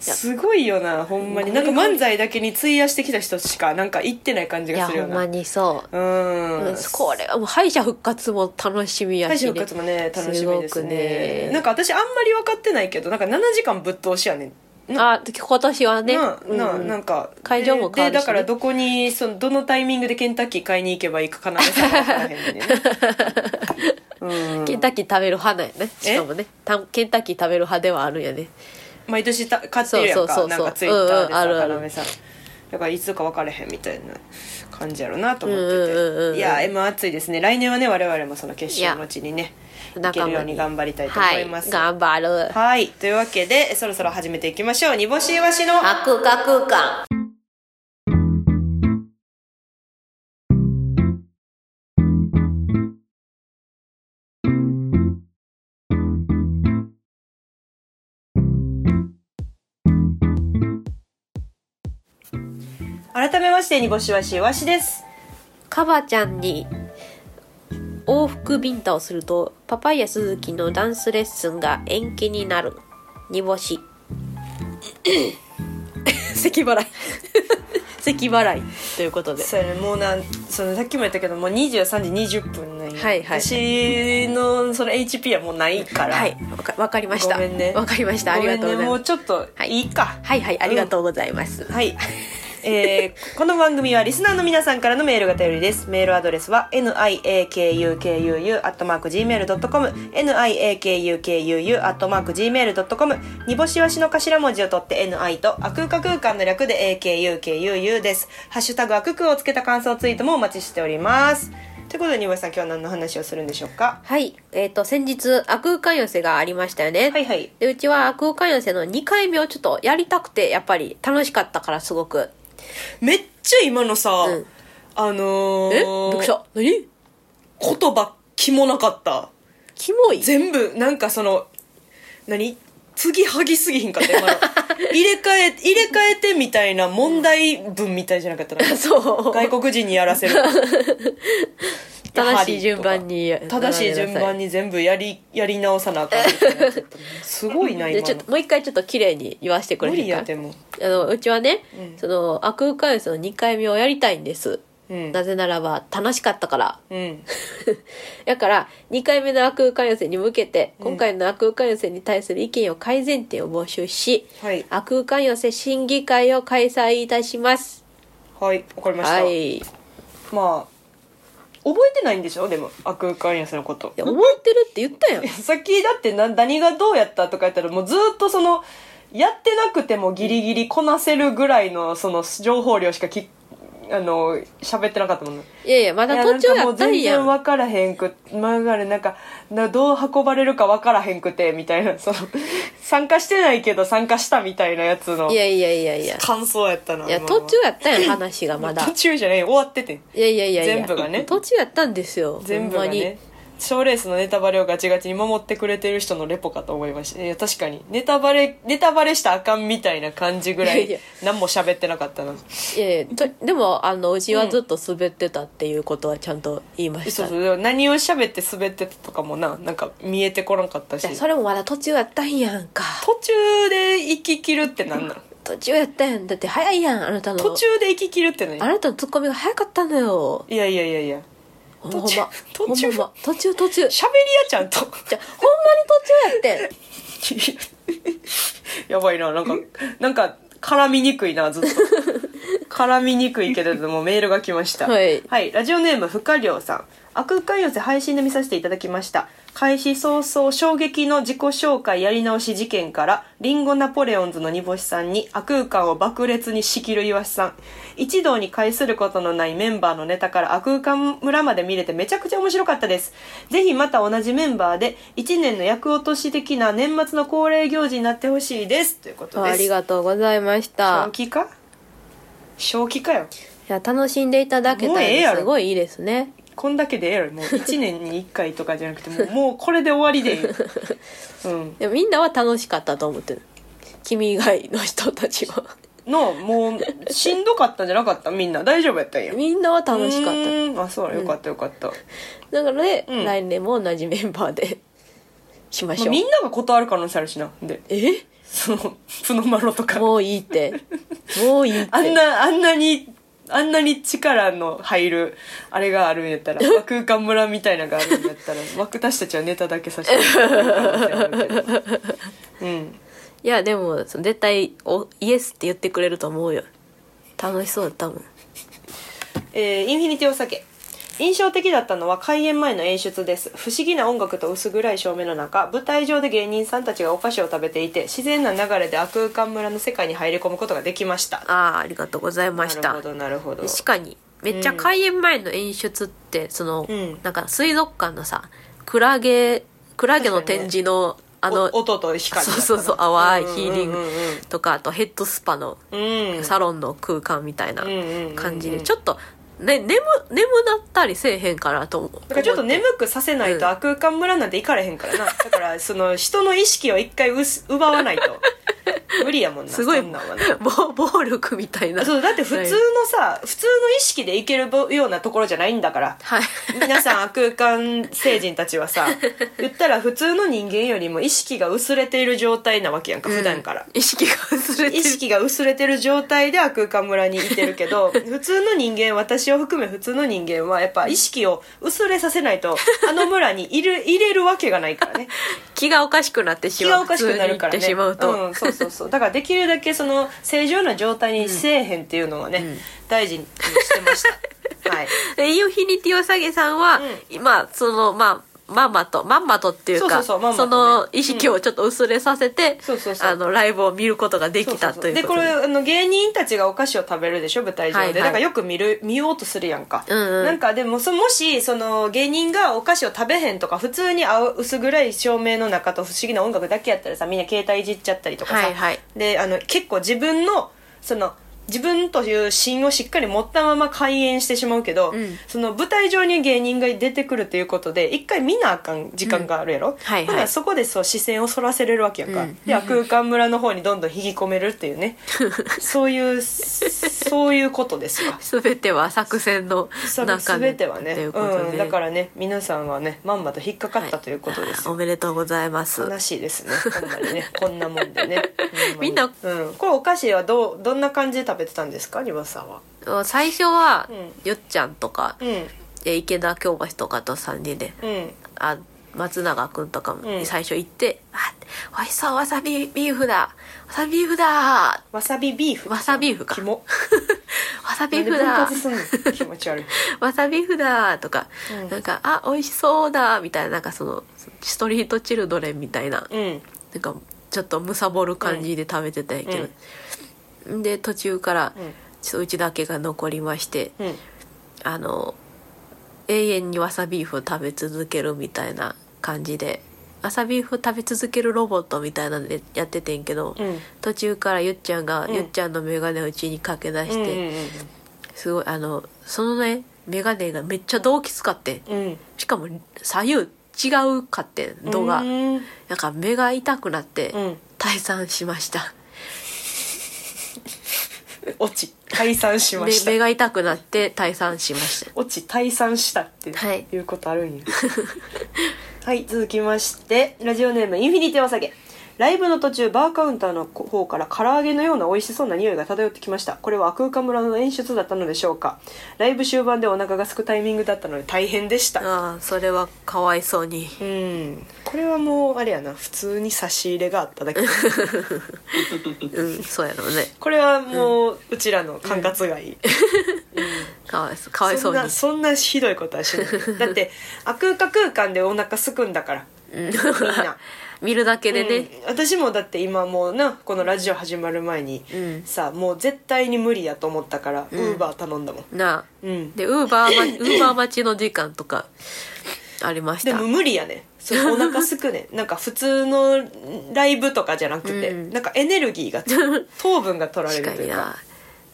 Speaker 1: すごいよなほんまになんか漫才だけに費やしてきた人しかなんか行ってない感じ
Speaker 2: い
Speaker 1: が
Speaker 2: や
Speaker 1: する
Speaker 2: ほ
Speaker 1: よ
Speaker 2: ん
Speaker 1: な
Speaker 2: まにそう
Speaker 1: うん、
Speaker 2: これはもう敗者復活も楽しみやし、ね、
Speaker 1: 敗者復活もね楽しみですね
Speaker 2: すごくね
Speaker 1: なんか私あんまり分かってないけどなんか7時間ぶっ通しやねん
Speaker 2: あ今年はね
Speaker 1: なな
Speaker 2: うん
Speaker 1: なんか
Speaker 2: 会場も変わるしね
Speaker 1: ででだからどこにそのどのタイミングでケンタッキー買いに行けばいいか必ず分からへんねん ねうん
Speaker 2: ケンタッキー食べる派なんやねしかもねたケンタッキー食べる派ではあるんやね
Speaker 1: 毎年た買ってるやんか
Speaker 2: そうそうそうそ
Speaker 1: な
Speaker 2: う
Speaker 1: んかツイッターでさ
Speaker 2: うんうんあるある
Speaker 1: 要さんだからいつか分からへんみたいな感じやろなと思ってて、
Speaker 2: うんうんうんうん
Speaker 1: いや M 暑いですね来年はね我々もその決勝のうちにね
Speaker 2: い
Speaker 1: い
Speaker 2: や
Speaker 1: けるように頑張りたいと思います
Speaker 2: はい、頑張る
Speaker 1: はい、というわけでそろそろ始めていきましょう煮干しいわしの
Speaker 2: あ空間空間
Speaker 1: 改めまして煮干しいわしいわしです
Speaker 2: カバちゃんに往復ビンタをするとパパイヤ鈴木のダンスレッスンが延期になる煮干し 咳払い 咳払いということで
Speaker 1: そうやねもうなんそのさっきも言ったけどもう23時20分なんや
Speaker 2: はいはい
Speaker 1: 私のその HP はもうないから
Speaker 2: はいわかわかりました
Speaker 1: ごめんね
Speaker 2: わかりましたあ
Speaker 1: ご
Speaker 2: り
Speaker 1: めん
Speaker 2: がとうご
Speaker 1: ね
Speaker 2: ざ
Speaker 1: も
Speaker 2: いま
Speaker 1: う
Speaker 2: す
Speaker 1: ちょっと
Speaker 2: はい
Speaker 1: いいか
Speaker 2: はいはいありがとうございます、
Speaker 1: はい。えー、この番組はリスナーの皆さんからのメールが頼りです。メールアドレスは niakukuu.gmail.com niakukuu.gmail.com にぼしわしの頭文字を取って ni と、あくうか空間の略で akukuu です。ハッシュタグあくくをつけた感想ツイートもお待ちしております。ということで、にぼしさん今日は何の話をするんでしょうか
Speaker 2: はい、えっ、と、先日、悪空間寄せがありましたよね。
Speaker 1: はいはい。
Speaker 2: で、うちは悪空間寄せの2回目をちょっとやりたくて、やっぱり楽しかったからすごく。
Speaker 1: めっちゃ今のさ、
Speaker 2: うん
Speaker 1: あのー、
Speaker 2: えびっくりした。何
Speaker 1: 言葉、きもなかった。
Speaker 2: キモい
Speaker 1: 全部なんかその何継ぎはぎすぎひんかった 今の入れ替え入れ替えてみたいな問題文みたいじゃなかったな
Speaker 2: そう。
Speaker 1: 外国人にやらせる
Speaker 2: 正しい順番に。
Speaker 1: 正しい順番
Speaker 2: に。
Speaker 1: に全部やりやり直さなあかんみたいなやつだったなすごいな
Speaker 2: で、
Speaker 1: 今
Speaker 2: ちょっ
Speaker 1: の
Speaker 2: と、もう一回ちょっと綺麗に言わせてくれ
Speaker 1: 無
Speaker 2: へん
Speaker 1: 理
Speaker 2: か
Speaker 1: やでも
Speaker 2: あの、うちはね、
Speaker 1: うん
Speaker 2: その、悪空間寄せの2回目をやりたいんです。
Speaker 1: うん
Speaker 2: なぜならば、楽しかったから。
Speaker 1: うん
Speaker 2: だから2回目の悪空間寄せに向けて今回の悪空間寄せに対する意見を改善点を募集し、
Speaker 1: はい
Speaker 2: 悪空間寄せ審議会を開催いたします
Speaker 1: はいわかりました、
Speaker 2: はいい
Speaker 1: まあ覚えてないんでしょでも悪空間やそのこと
Speaker 2: や覚えてるって言ったやん
Speaker 1: さっきだってな何がどうやったとかやったらもうずっとそのやってなくてもギリギリこなせるぐらいのその情報量しかきあの喋ってなかったもんね
Speaker 2: いやいやま
Speaker 1: い
Speaker 2: だ
Speaker 1: や
Speaker 2: 途中やったん
Speaker 1: 全
Speaker 2: や
Speaker 1: 然
Speaker 2: ん
Speaker 1: 分からへんく曲がるなんかなどう運ばれるか分からへんくてみたいなその参加してないけど参加したみたいなやつの
Speaker 2: いやいやいやいや
Speaker 1: 感想やったない
Speaker 2: や
Speaker 1: 今のは
Speaker 2: 途中やったやん話がまだ
Speaker 1: 途中じゃない終わってて
Speaker 2: いやいやいやいや
Speaker 1: 全部がね
Speaker 2: 途中やったんですよ
Speaker 1: 全部
Speaker 2: ほ
Speaker 1: が
Speaker 2: んまに
Speaker 1: ね賞レースのネタバレをガチガチに守ってくれてる人のレポかと思いましたいや確かにネタバレネタバレしたらあかんみたいな感じぐら
Speaker 2: いやいや
Speaker 1: い何も喋ってなかったない
Speaker 2: やいやとでもあのうちはずっと滑ってたっていうことはちゃんと言いまし
Speaker 1: そ
Speaker 2: た、
Speaker 1: うそうでも何を喋って滑ってたとかもななんか見えてこなかったし
Speaker 2: いやそれもまだ途中やったんやんか
Speaker 1: 途中で行き切るってなんなん
Speaker 2: 途中やったやんだって早いやんあなたの
Speaker 1: 途中で行き切るって
Speaker 2: あ
Speaker 1: 何
Speaker 2: なたのツッコミが早かったのよ
Speaker 1: いやいやいやいや
Speaker 2: ほん
Speaker 1: 途
Speaker 2: ま
Speaker 1: 中
Speaker 2: ほんま
Speaker 1: 途中
Speaker 2: ほんま途中途 中
Speaker 1: 喋りやちゃんと
Speaker 2: じゃほんまに途中やってん
Speaker 1: やばいななんかなんか絡みにくいなずっと絡みにくいけれどもメールが来ました
Speaker 2: はい
Speaker 1: ラジオネームふかりょうさん悪空間寄せ配信で見させていただきました開始早々衝撃の自己紹介やり直し事件からリンゴナポレオンズの煮干しさんに悪空間を爆裂に仕切る岩しさん一堂に会することのないメンバーのネタから悪空間村まで見れてめちゃくちゃ面白かったですぜひまた同じメンバーで1年の役落とし的な年末の恒例行事になってほしいですということです
Speaker 2: ありがとうございました
Speaker 1: 正気か正気かよ
Speaker 2: いや楽しんでいただけた
Speaker 1: もうええや
Speaker 2: ら
Speaker 1: ろ
Speaker 2: すごいいいですね
Speaker 1: こんだけでええやろもう1年に1回とかじゃなくてもうもうこれで終わりでええようん
Speaker 2: でもみんなは楽しかったと思ってる君以外の人たちは
Speaker 1: のもうしんどかったんじゃなかったみんな大丈夫やったんや
Speaker 2: みんなは楽しかっ
Speaker 1: うーんあそうよかったよかった、
Speaker 2: ただからね、
Speaker 1: うん
Speaker 2: 来年も同じメンバーでしまし
Speaker 1: まあ
Speaker 2: ょう、
Speaker 1: みんなが断る可能性あるしなで
Speaker 2: え
Speaker 1: その プノマロとか
Speaker 2: もういいってもういいって
Speaker 1: あんなあんなにあんなに力の入るあれがあるんやった ら和空間村みたいなのがあるんやったら私たちはネタだけさせてもらう可能性ある けどうん
Speaker 2: いやでもその絶対おイエスって言ってくれると思うよ楽しそうだったもん
Speaker 1: えーインフィニティお酒印象的だったのは開演前の演出です不思議な音楽と薄暗い照明の中舞台上で芸人さんたちがお菓子を食べていて自然な流れで悪空間村の世界に入り込むことができました
Speaker 2: ああありがとうございま
Speaker 1: な
Speaker 2: し
Speaker 1: る
Speaker 2: た
Speaker 1: ほどなるほど
Speaker 2: 確かにめっちゃ開演前の演出って、その、
Speaker 1: うん
Speaker 2: なんか水族館のさクラゲクラゲの展示の、あの
Speaker 1: お音と光
Speaker 2: そうそうそう淡いヒーリン
Speaker 1: うんうん
Speaker 2: グとかあとヘッドスパの
Speaker 1: うんうん
Speaker 2: サロンの空間みたいな感じ
Speaker 1: うんうんうんう
Speaker 2: で
Speaker 1: ん
Speaker 2: ちょっと、ね、眠眠なったりせえへんかなと思う
Speaker 1: だからちょっと眠くさせないと悪空間村なんて行かれへんからな、だからその人の意識を一回うす奪わないと 無理やもんな
Speaker 2: すごい
Speaker 1: そんなんはな
Speaker 2: 暴暴力みたいな
Speaker 1: そうだって普通のさ、普通の意識でいけるようなところじゃないんだから
Speaker 2: はい
Speaker 1: 皆さん悪空間星人たちは さ言ったら普通の人間よりも意識が薄れている状態なわけやんか普段から、
Speaker 2: 意識が薄れて
Speaker 1: 意
Speaker 2: る
Speaker 1: 識が薄れてる状態で悪空間村にいてるけ ど普通の人間私を含め普通の人間はやっぱ意識を薄れさせないとあの村にいる入れるわけがないからね
Speaker 2: 気がおかしくなってし
Speaker 1: 気
Speaker 2: ま
Speaker 1: が
Speaker 2: う
Speaker 1: おかしくなるから
Speaker 2: 普通に行ってし
Speaker 1: ね
Speaker 2: まうと、
Speaker 1: ん、そうそうそうだからできるだけその正常な状態にせえへんっていうのはね、大事にしてました はい
Speaker 2: でインフィニティオサゲさんは、今そのまあまんまとまんまとっていうか
Speaker 1: そうそうそうまんまとね
Speaker 2: の意識をちょっと薄れさせて、
Speaker 1: そうそうそう
Speaker 2: あのライブを見ることができたという
Speaker 1: で
Speaker 2: こと
Speaker 1: これあの芸人たちがお菓子を食べるでしょ舞台上で、
Speaker 2: はいはい
Speaker 1: だからよく見る見ようとするやんか、
Speaker 2: うんうん
Speaker 1: なんかでもそもしその芸人がお菓子を食べへんとか普通に青薄暗い照明の中と不思議な音楽だけやったらさみんな携帯いじっちゃったりとかさ、
Speaker 2: はいはい
Speaker 1: であの結構自分のその自分という芯をしっかり持ったまま開演してしまうけど、
Speaker 2: ん
Speaker 1: その舞台上に芸人が出てくるということで一回見なあかん時間があるやろ、
Speaker 2: はいはい
Speaker 1: ほなそこでそう視線をそらせれるわけやんか、
Speaker 2: うん
Speaker 1: で空間村の方にどんどん引き込めるっていう ねそういうそういうことですわ
Speaker 2: 全ては作戦の
Speaker 1: それ
Speaker 2: 中で
Speaker 1: 全てはね
Speaker 2: という
Speaker 1: う、
Speaker 2: ことで、
Speaker 1: ん、だからね皆さんはねまんまと引っかかったということですよ、
Speaker 2: おめでとうございます
Speaker 1: 悲しいですねほんまにねこんなもんで ねほまに
Speaker 2: みんな
Speaker 1: うん、これお菓子はどうどんな感じで食べてたんですかリバさんは
Speaker 2: 最初は、
Speaker 1: うん
Speaker 2: よっちゃんとか、
Speaker 1: うん
Speaker 2: え池田京橋とかと3人で
Speaker 1: うん
Speaker 2: あ松永くんとかも
Speaker 1: うん
Speaker 2: 最初行って「あ美味しそうわさびビーフだわさびビーフだ
Speaker 1: わさびビーフ
Speaker 2: わさビーフか
Speaker 1: キモ
Speaker 2: わさ
Speaker 1: な
Speaker 2: ビ
Speaker 1: ん
Speaker 2: ー
Speaker 1: で
Speaker 2: フ
Speaker 1: 分
Speaker 2: だ
Speaker 1: 割すんの気持ち悪い
Speaker 2: わさビーフだ」とか、
Speaker 1: うん
Speaker 2: なんか「あ美味しそうだ」みたいななんかそのストリートチルドレンみたいな
Speaker 1: うん
Speaker 2: なんかちょっとむさぼる感じで食べてたんやけど、で途中から
Speaker 1: うん
Speaker 2: ちょっとうちだけが残りまして、
Speaker 1: うん
Speaker 2: あの永遠にわさビーフを食べ続けるみたいな感じでわさビーフ食べ続けるロボットみたいなのでやっててんけど、
Speaker 1: うん
Speaker 2: 途中からゆっちゃんが、
Speaker 1: うん
Speaker 2: ゆっちゃんの眼鏡をうちにかけ出
Speaker 1: う
Speaker 2: し
Speaker 1: ん
Speaker 2: て、すごいあのそのね眼鏡がめっちゃ動き使ってん
Speaker 1: うんうん
Speaker 2: しかも左右違うかってん度が、
Speaker 1: うん
Speaker 2: なんか目が痛くなって、
Speaker 1: うん
Speaker 2: 退散しました
Speaker 1: 落ち退散しま
Speaker 2: で
Speaker 1: した
Speaker 2: 目が痛くなって退散しました
Speaker 1: 落ち退散したって
Speaker 2: はい
Speaker 1: いうことあるんや はい続きましてラジオネームインフィニティお酒ライブの途中バーカウンターの方から唐揚げのような美味しそうな匂いが漂ってきましたこれは空間村の演出だったのでしょうかライブ終盤でお腹が空くタイミングだったので大変でした
Speaker 2: ああそれはかわいそうに
Speaker 1: うんこれはもうあれやな普通に差し入れがあっただけ
Speaker 2: うんそうやろうね
Speaker 1: これはもう、うちらの管轄外、
Speaker 2: かわいそうかわいそ
Speaker 1: そん
Speaker 2: うに
Speaker 1: なそんなひどいことはしないだってあ空間空間でお腹すくんだからみんな
Speaker 2: 見るだけでね、
Speaker 1: うん私もだって今もうなこのラジオ始まる前に、
Speaker 2: うん
Speaker 1: さあもう絶対に無理やと思ったからウーバー頼んだもん、
Speaker 2: なあ
Speaker 1: うん、
Speaker 2: でウーバー待ウーバー待ちの時間とかありまし
Speaker 1: で
Speaker 2: た
Speaker 1: も無理やねそうお腹す くねなんか普通のライブとかじゃなくて、
Speaker 2: うん
Speaker 1: なんかエネルギーが糖分が取られ
Speaker 2: 確
Speaker 1: るとい
Speaker 2: かに
Speaker 1: うか
Speaker 2: な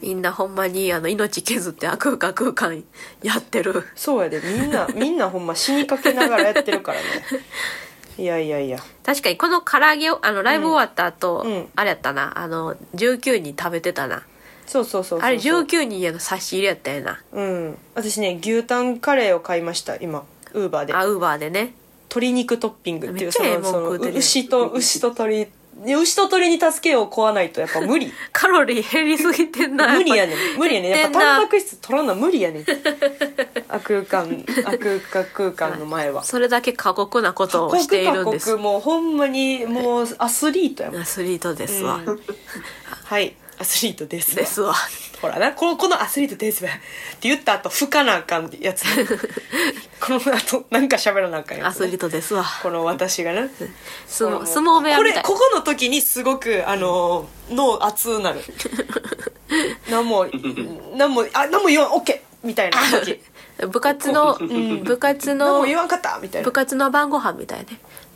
Speaker 2: みんなほんまにあの命削ってあ空間空間 やってる
Speaker 1: そうやでみん なみんなほんま死にかけながらやってるからねいやいやいや
Speaker 2: 確かにこの唐揚げをあのライブ終わった後、
Speaker 1: うんうん
Speaker 2: あれやったなあの19人食べてたな
Speaker 1: そうそうそうそうそう
Speaker 2: あれ19人やの差し入れやったよな
Speaker 1: うん私ね牛タンカレーを買いました今ウーバーで
Speaker 2: あウーバーでね
Speaker 1: 鶏肉トッピングってい
Speaker 2: めっ
Speaker 1: う
Speaker 2: ち
Speaker 1: そ
Speaker 2: ゃええ
Speaker 1: の
Speaker 2: もん
Speaker 1: その
Speaker 2: 食うてるやん
Speaker 1: 牛 と牛と鶏牛と鶏に助けを食わないとやっぱ 無理
Speaker 2: カロリー減りすぎてんな
Speaker 1: 無理や
Speaker 2: っ
Speaker 1: ねん無理やねんやっぱ
Speaker 2: 言ってんな
Speaker 1: タンパク質取らんの無理 やねんあ空間あ空間空間の前は
Speaker 2: ぱそれだけ過酷なことをしているんです
Speaker 1: 過酷過酷もうほんまにもうアスリートやもん
Speaker 2: アスリートですわ、
Speaker 1: うんはいアスリートですわ
Speaker 2: ですわ
Speaker 1: ほらなこのこのアスリートですわって言った後吹かなあかん やつこの後なんか喋らなあかんや
Speaker 2: ア
Speaker 1: つね、
Speaker 2: スリートですわ
Speaker 1: この私がね
Speaker 2: 相
Speaker 1: こ
Speaker 2: 撲
Speaker 1: の
Speaker 2: 相撲部屋
Speaker 1: こ
Speaker 2: み
Speaker 1: れ
Speaker 2: たい
Speaker 1: ここの時にすごくあの脳熱うな るなんもなんもあなんも言わんオッケーみたいな時
Speaker 2: 部活の、
Speaker 1: ん
Speaker 2: 部活
Speaker 1: なん
Speaker 2: の
Speaker 1: も言わんかったみたいな
Speaker 2: 部活の晩ご飯みたいね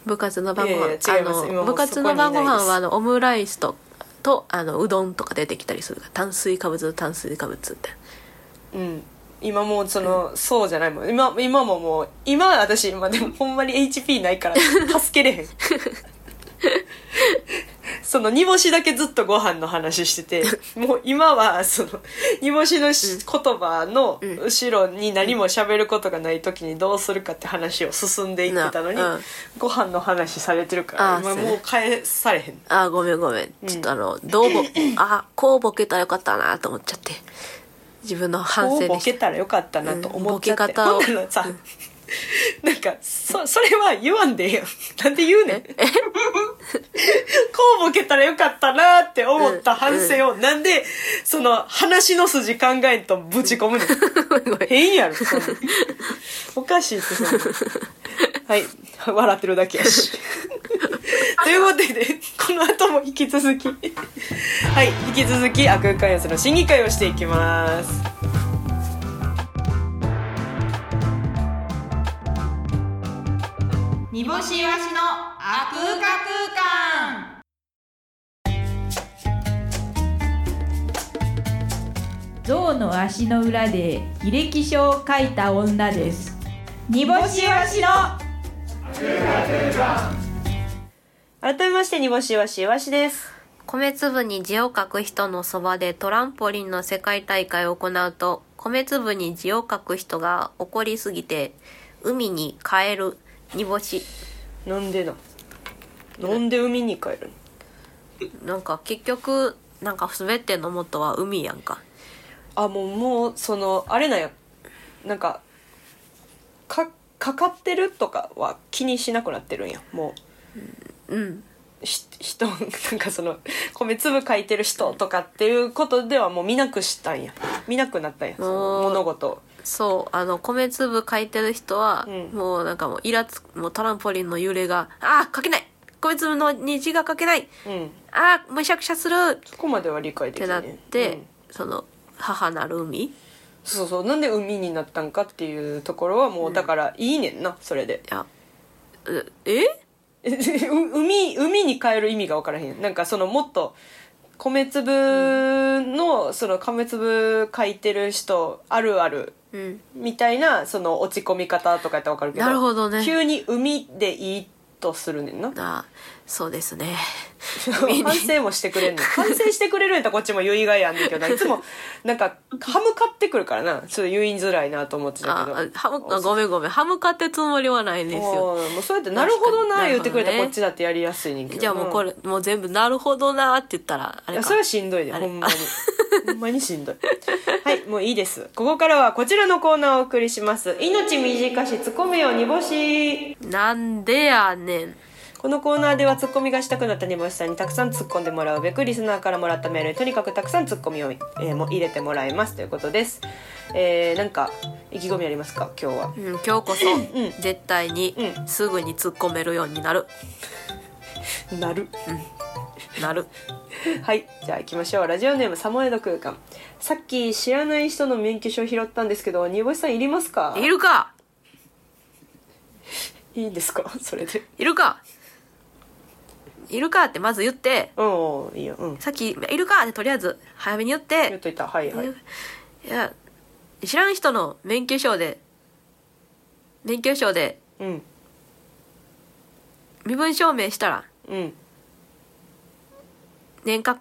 Speaker 2: 部活の晩ご
Speaker 1: いやい
Speaker 2: 飯
Speaker 1: や
Speaker 2: あ
Speaker 1: 違います今も
Speaker 2: の
Speaker 1: う
Speaker 2: 部活の晩ご
Speaker 1: そこにいないで
Speaker 2: 飯
Speaker 1: す
Speaker 2: はあのオムライスととあのうどんとか出てきたりするから炭水化物の炭水化物って
Speaker 1: うん今もうその、そうじゃないもん今今ももう今私今でもほんまに HP ないから助け れへんその煮干しだけずっとご飯の話しててもう今はその煮干しのし言葉の後ろに何も喋ることがない時にどうするかって話を進んでいってたのに、
Speaker 2: なうん
Speaker 1: ご飯の話されてるか
Speaker 2: あ
Speaker 1: ら
Speaker 2: ー
Speaker 1: 今
Speaker 2: そうね
Speaker 1: もう返されへん
Speaker 2: あーごめんごめんちょっとあの、ど うぼあこうボケたらよかったなと思っちゃって自分の反
Speaker 1: こ
Speaker 2: 省
Speaker 1: うボ
Speaker 2: でし
Speaker 1: ケ
Speaker 2: た
Speaker 1: たらよかったなと思っちゃって、
Speaker 2: うんボケ方を
Speaker 1: ほんならさ、なんかそそれは言わんでええやんなんで言うねん こうボケたらよかったなって思った反省を、なんでその話の筋考えんとぶち込むねん変やろそんなんおかしいってそんなんはい笑ってるだけや しということで、この後も引き続きはい引き続き悪空間予想の審議会をしていきます
Speaker 3: 煮干しわしのあ空間空間象の足の裏で履歴書を書いた女です煮干しわしの
Speaker 1: 改めまして煮干しわしわしです
Speaker 2: 米粒に字を書く人のそばでトランポリンの世界大会を行うと米粒に字を書く人が怒りすぎて海に帰る煮干し
Speaker 1: なんでななんで海に帰るの
Speaker 2: なんか結局なんか滑ってんの元は海やんか
Speaker 1: あもうもうそのあれなんやなんかかかかってるとかは気にしなくなってるんやも
Speaker 2: うん
Speaker 1: うひ人なんかその米粒書いてる人とかっていうことではもう見なくしたんや見なくなったんやその
Speaker 2: おー
Speaker 1: 物事を
Speaker 2: そうあの米粒書いてる人は、
Speaker 1: うん
Speaker 2: もうなんかもうイラつもうトランポリンの揺れがああ書けない米粒の虹が書けない
Speaker 1: うん
Speaker 2: ああむしゃくしゃするっ
Speaker 1: そこまでは理解で
Speaker 2: て
Speaker 1: き
Speaker 2: な
Speaker 1: る、
Speaker 2: っ
Speaker 1: ね、
Speaker 2: て、
Speaker 1: うん
Speaker 2: その母なる海
Speaker 1: そうそうなんで海になったんかっていうところはもうだからいいねんなそれで
Speaker 2: いやうえ
Speaker 1: えう 海海に変える意味が分からへんなんかそのもっと米粒のその米粒書いてる人あるある
Speaker 2: うん
Speaker 1: みたいなその落ち込み方とかやったら分かるけど
Speaker 2: なるほどね
Speaker 1: 急に海でいいとするねんな
Speaker 2: あそうですね
Speaker 1: 反省もしてく れんの反省してくれるんやったらこっちも言いがいやんねんけどないつもなんか歯向かってくるからなちょっと言いづらいなと思ってたけど
Speaker 2: ああはむあごめんごめん歯向かってつもりはないんですよ
Speaker 1: おーもうそうやって「なるほどな」
Speaker 2: 確かに
Speaker 1: 言ってくれたら
Speaker 2: なるほどね
Speaker 1: こっちだってやりやすいねんけど
Speaker 2: じゃあもうこれ、もう全部「なるほどな」って言ったらあ
Speaker 1: い
Speaker 2: れ
Speaker 1: や
Speaker 2: か
Speaker 1: それはしんどいで
Speaker 2: あ
Speaker 1: ほ
Speaker 2: れ
Speaker 1: んま にほんまにしんどいはいもういいですここからはこちらのコーナーをお送りします「命短しツッコめよ煮干し
Speaker 2: なんでやねん」
Speaker 1: このコーナーではツッコミがしたくなった煮干しさんにたくさん突っ込んでもらうべくリスナーからもらったメールにとにかくたくさんツッコミを、えーも入れてもらいますということですえー、なんか意気込みありますか今日は
Speaker 2: うん、今日こそ絶対に
Speaker 1: う
Speaker 2: すぐに突っ込めるようになる、
Speaker 1: なる
Speaker 2: なる
Speaker 1: はいじゃあ行きましょうラジオネームサモエド空間さっき知らない人の免許証拾ったんですけど煮干しさんいりますか
Speaker 2: いるか
Speaker 1: いいんですかそれで
Speaker 2: いるかイルカってまず言って
Speaker 1: うんいいようん
Speaker 2: さっき「イルカ!」ってとりあえず早めに言っ
Speaker 1: 言ってといたはいはい
Speaker 2: いや知らん人の免許証で免許証で
Speaker 1: うん
Speaker 2: 身分証明したら
Speaker 1: うん
Speaker 2: 年間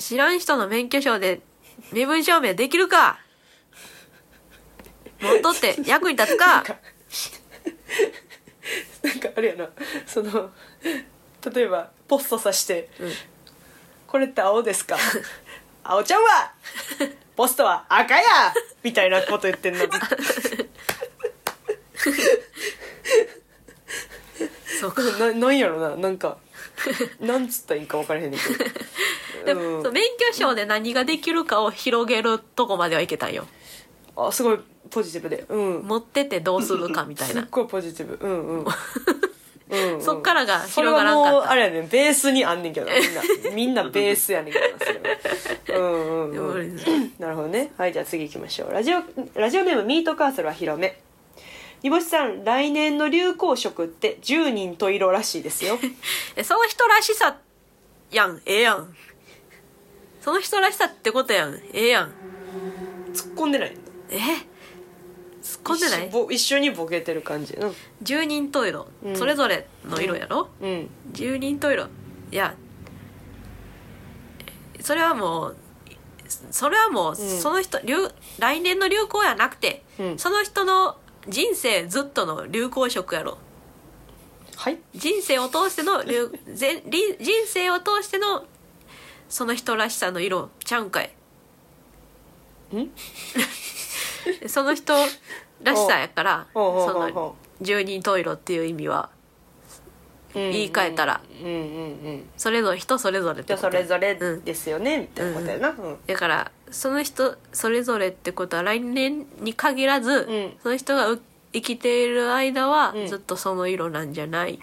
Speaker 2: 知らん人の免許証で身分証明できるか持っとって役に立つ
Speaker 1: なん
Speaker 2: か
Speaker 1: かなんかあれやなその例えばポストさして、
Speaker 2: うん
Speaker 1: これって青ですか青ちゃんはポストは赤やみたいなこと言ってんのずっと
Speaker 2: そうか
Speaker 1: ななんやろななんかなんつったらいいか分からへんねんけ
Speaker 2: で
Speaker 1: ど、
Speaker 2: も
Speaker 1: う
Speaker 2: そうん免許証で何ができるかを広げるとこまではいけたんよ
Speaker 1: あすごいポジティブでうん
Speaker 2: 持っててどうするかみたい
Speaker 1: すっ
Speaker 2: な
Speaker 1: ごいポジティブうんうんうんうん
Speaker 2: そっからが
Speaker 1: それ
Speaker 2: 広
Speaker 1: は
Speaker 2: がらん
Speaker 1: も
Speaker 2: か
Speaker 1: う
Speaker 2: った
Speaker 1: あれやねんベースにあんねんけど みんなみんなベースやねんけどなそれはうん
Speaker 2: で
Speaker 1: うん、
Speaker 2: も
Speaker 1: う
Speaker 2: 俺
Speaker 1: ん、 なるほどねはいじゃあ次行きましょうラジオラジオネームミートカーソルは広め煮干しさん来年の流行色って10人十色らしいです よ
Speaker 2: えその人らしさやんええやんその人らしさってことやんええやん
Speaker 1: 突っ込んでない
Speaker 2: え突っ込んでない
Speaker 1: 一緒ぼ一緒にボケてる感じうん
Speaker 2: 十人十色、
Speaker 1: うん
Speaker 2: それぞれの色やろ
Speaker 1: うん
Speaker 2: 十人十色いやそれはもうそれはもうその人、流来年の流行やなくて、
Speaker 1: うん
Speaker 2: その人の人生ずっとの流行色やろ
Speaker 1: はい
Speaker 2: 人生を通しての流全人人生を通してのその人らしさの色ちゃうんかいん その人らしさ やからそ
Speaker 1: おうおうおうおう
Speaker 2: の十人十色っていう意味は言
Speaker 1: 言
Speaker 2: い換えたら
Speaker 1: うんうんうん
Speaker 2: それぞれ人それぞれっ
Speaker 1: じ
Speaker 2: て
Speaker 1: ゃあ
Speaker 2: こと
Speaker 1: それぞれ
Speaker 2: うん
Speaker 1: ですよねみたいなことやなうん
Speaker 2: だからその人それぞれってことは来年に限らず、
Speaker 1: うん
Speaker 2: その人がう生きている間は
Speaker 1: うん
Speaker 2: ずっとその色なんじゃない、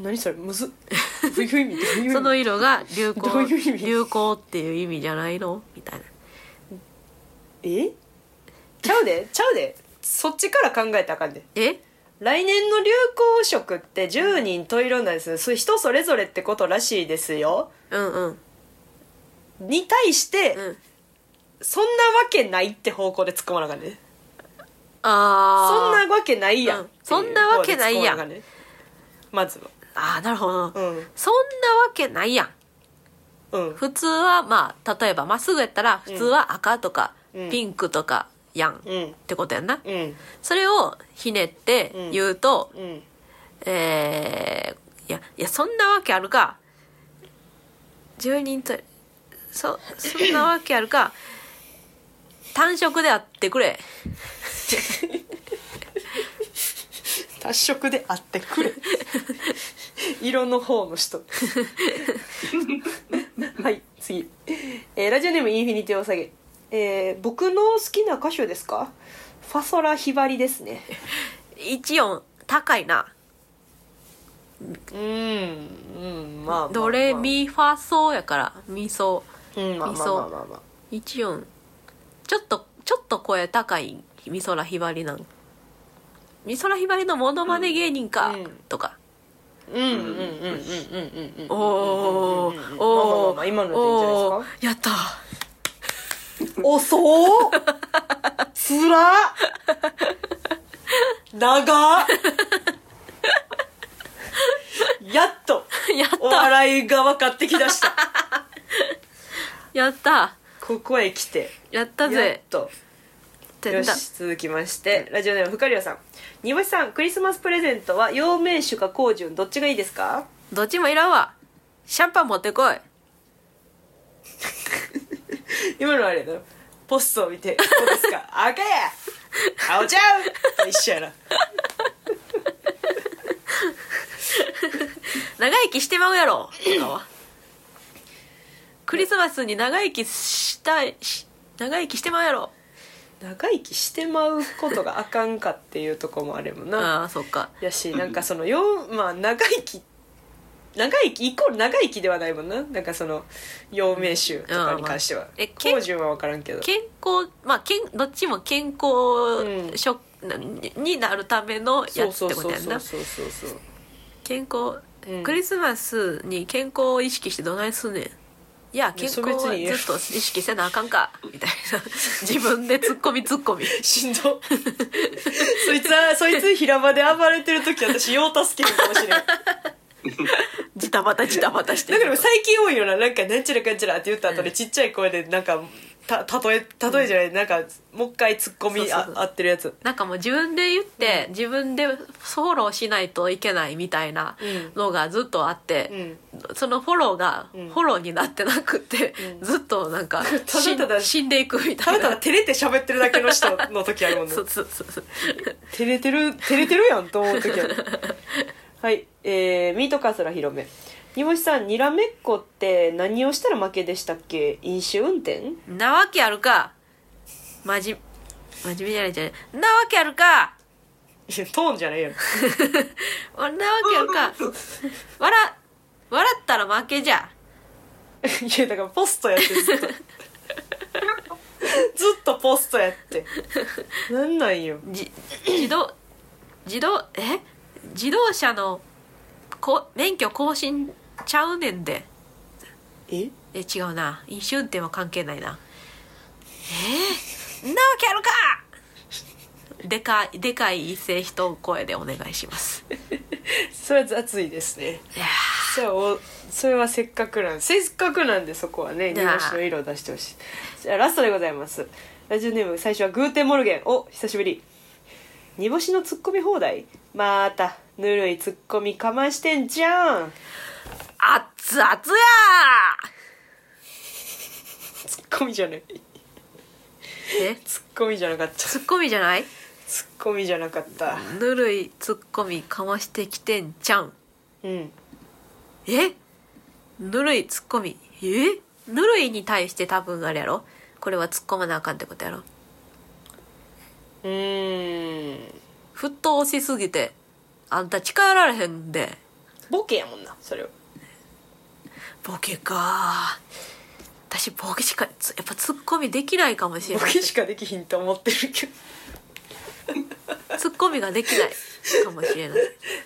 Speaker 1: 何それむずっどういう意味どういう意味
Speaker 2: その色が流
Speaker 1: どう
Speaker 2: 行
Speaker 1: いう意味
Speaker 2: 流行っていう意味じゃないのみたいな
Speaker 1: えちゃうでちゃうでそっちから考えたらあかんで
Speaker 2: え
Speaker 1: 来年の流行色って10人十色なんですそれ人それぞれってことらしいですよ
Speaker 2: うんうん
Speaker 1: に対して、
Speaker 2: うん
Speaker 1: そんなわけないって方向で突っ込まなあかんね
Speaker 2: あ
Speaker 1: そん
Speaker 2: あ
Speaker 1: なわけないやん、
Speaker 2: うんそんなわけないやん
Speaker 1: ってう方で突っ込まなあかねまずは
Speaker 2: ああなるほ
Speaker 1: う
Speaker 2: ど、
Speaker 1: ん
Speaker 2: そんなわけないやん
Speaker 1: うん
Speaker 2: 普通はまあ例えばまっすぐやったら普通は赤とか
Speaker 1: うん
Speaker 2: ピンクとかやん、っ
Speaker 1: うん
Speaker 2: てことやんな
Speaker 1: うん
Speaker 2: それをひねって言うと、
Speaker 1: うん
Speaker 2: えー、いや、いや、そんなわけあるか。十人と、そ、そんなわけあるか。単色であってくれ。
Speaker 1: 脱色であってく れ色の方の人はい次、えーラジオネームインフィニティおさげ、えー僕の好きな歌手ですかファソラヒバリですね
Speaker 2: 一音高いな。
Speaker 1: うんうんまあまあまあ
Speaker 2: ドレミファソやから、ミソ。
Speaker 1: うんまあまあまあまあまあ
Speaker 2: 一音。ちょっと、ちょっと声高い美空ひばりなん。美空ひばりのモノマネ芸人か、
Speaker 1: うん
Speaker 2: とか。
Speaker 1: うんうんうんうんうんうんうん
Speaker 2: お
Speaker 1: うんうんうんまあま
Speaker 2: ー、
Speaker 1: あま
Speaker 2: お
Speaker 1: あまあ今のでいいんじゃない
Speaker 2: お
Speaker 1: ですか
Speaker 2: ー、やった。
Speaker 1: おそうつら長っ やっと
Speaker 2: やった
Speaker 1: お笑いが分かってきだ した
Speaker 2: やった。
Speaker 1: ここへ来て
Speaker 2: や
Speaker 1: や
Speaker 2: った
Speaker 1: っ
Speaker 2: ぜ。
Speaker 1: と
Speaker 2: や
Speaker 1: よ
Speaker 2: った
Speaker 1: し続きましてラジオネームふかりょうさん煮干しさんクリスマスプレゼントは陽明酒か紅純どっちがいいですか
Speaker 2: どっちもいらんわ。シャンパン持ってこい。
Speaker 1: 今のあれだろポストを見て「どうです か赤や青ちゃう!」と一緒やな
Speaker 2: 長生きしてまうやろ。とかはクリスマスに長生きしたい、し長生きしてまうやろ。
Speaker 1: 長生きしてまうことがあかんかっていうとこもあれもな
Speaker 2: ああ、そっか。
Speaker 1: やしなんかそのよまあ長生き長生きイコール長生きではないもんななんかその陽明酒とかに関しては、
Speaker 2: あえけ
Speaker 1: 高順は分からんけど
Speaker 2: 健康、まあ、けんどっちも健康
Speaker 1: うん
Speaker 2: 食、なにになるためのやつ
Speaker 1: そ
Speaker 2: っ
Speaker 1: う
Speaker 2: て
Speaker 1: そ
Speaker 2: こ
Speaker 1: う
Speaker 2: とやん
Speaker 1: そう
Speaker 2: な。
Speaker 1: そうそうそう
Speaker 2: 健康、
Speaker 1: うん
Speaker 2: クリスマスに健康を意識してどないすんねんいや健康はずっ
Speaker 1: そ
Speaker 2: と
Speaker 1: う別に
Speaker 2: 意識せなあかんかみたいな自分でツッコミツッコミ
Speaker 1: しんどそいつ はそいつ平場で暴れてる時私よう助けるかも しれない
Speaker 2: ジタバタジタバタして
Speaker 1: だ
Speaker 2: る
Speaker 1: から最近多いよななんかなんちゃらかんちゃらって言った後でちっちゃい声でなんかた例え例えじゃない、なんかもう一回ツッコミ
Speaker 2: そうそう
Speaker 1: あ
Speaker 2: そう
Speaker 1: 合ってるやつ
Speaker 2: なんかもう自分で言って、自分でフォローしないといけないみたいなのがずっとあって、そのフォローがフ
Speaker 1: ん
Speaker 2: ォローになってなくて、ずっとなんか
Speaker 1: ただただ
Speaker 2: 死ん死んでいくみ
Speaker 1: た
Speaker 2: たい
Speaker 1: だた
Speaker 2: な
Speaker 1: だ。照れて喋ってるだけの人の時あるも んね
Speaker 2: そうそうそうそう
Speaker 1: 照れてる照れてるやんと思う時あ るはいえー、ミートカスラ広め煮干しさんにらめっこって何をしたら負けでしたっけ飲酒運転
Speaker 2: なわけあるかまじ真面目じゃないじゃないなわけあるか
Speaker 1: いや トーンじゃないやん
Speaker 2: なわけあるか笑笑ったら負けじゃ
Speaker 1: いやだからポストやってず っとずっとポストやってなんなんよ
Speaker 2: じ自動自動え自動車のこ免許更新ちゃうねんで
Speaker 1: え
Speaker 2: え違うな飲酒運転は関係ないなえー、んなわけあるかでかいでかい一斉人声でお願いします
Speaker 1: それは雑いですね
Speaker 2: いや
Speaker 1: それはおそれはせっかくなんせっかくなんでそこはね煮
Speaker 2: なあ
Speaker 1: 干しの色を出してほしいじゃあラストでございますラジオネーム最初はグーテンモルゲンお久しぶり煮干しのツッコミ放題またぬるいツッコミかましてんじゃん
Speaker 2: ー熱々や
Speaker 1: ツッコミじゃない
Speaker 2: ーえ
Speaker 1: ツッコミじゃなかった
Speaker 2: ツッコミじゃない
Speaker 1: ツッコミじゃなかった
Speaker 2: ぬるいツッコミかましてきてんちゃん
Speaker 1: うん
Speaker 2: えぬるいツッコミえぬるいに対して多分あれやろこれは突っ込まなあかんってことやろ
Speaker 1: うーん
Speaker 2: 沸騰しすぎてあんた近寄られへんで
Speaker 1: ボケやもんなそれは
Speaker 2: ボケか私ボケしかつやっぱツッコミできないかもしれ
Speaker 1: ボ
Speaker 2: ない
Speaker 1: ケしかできひんと思ってる けど
Speaker 2: ツッコミができないかもし れない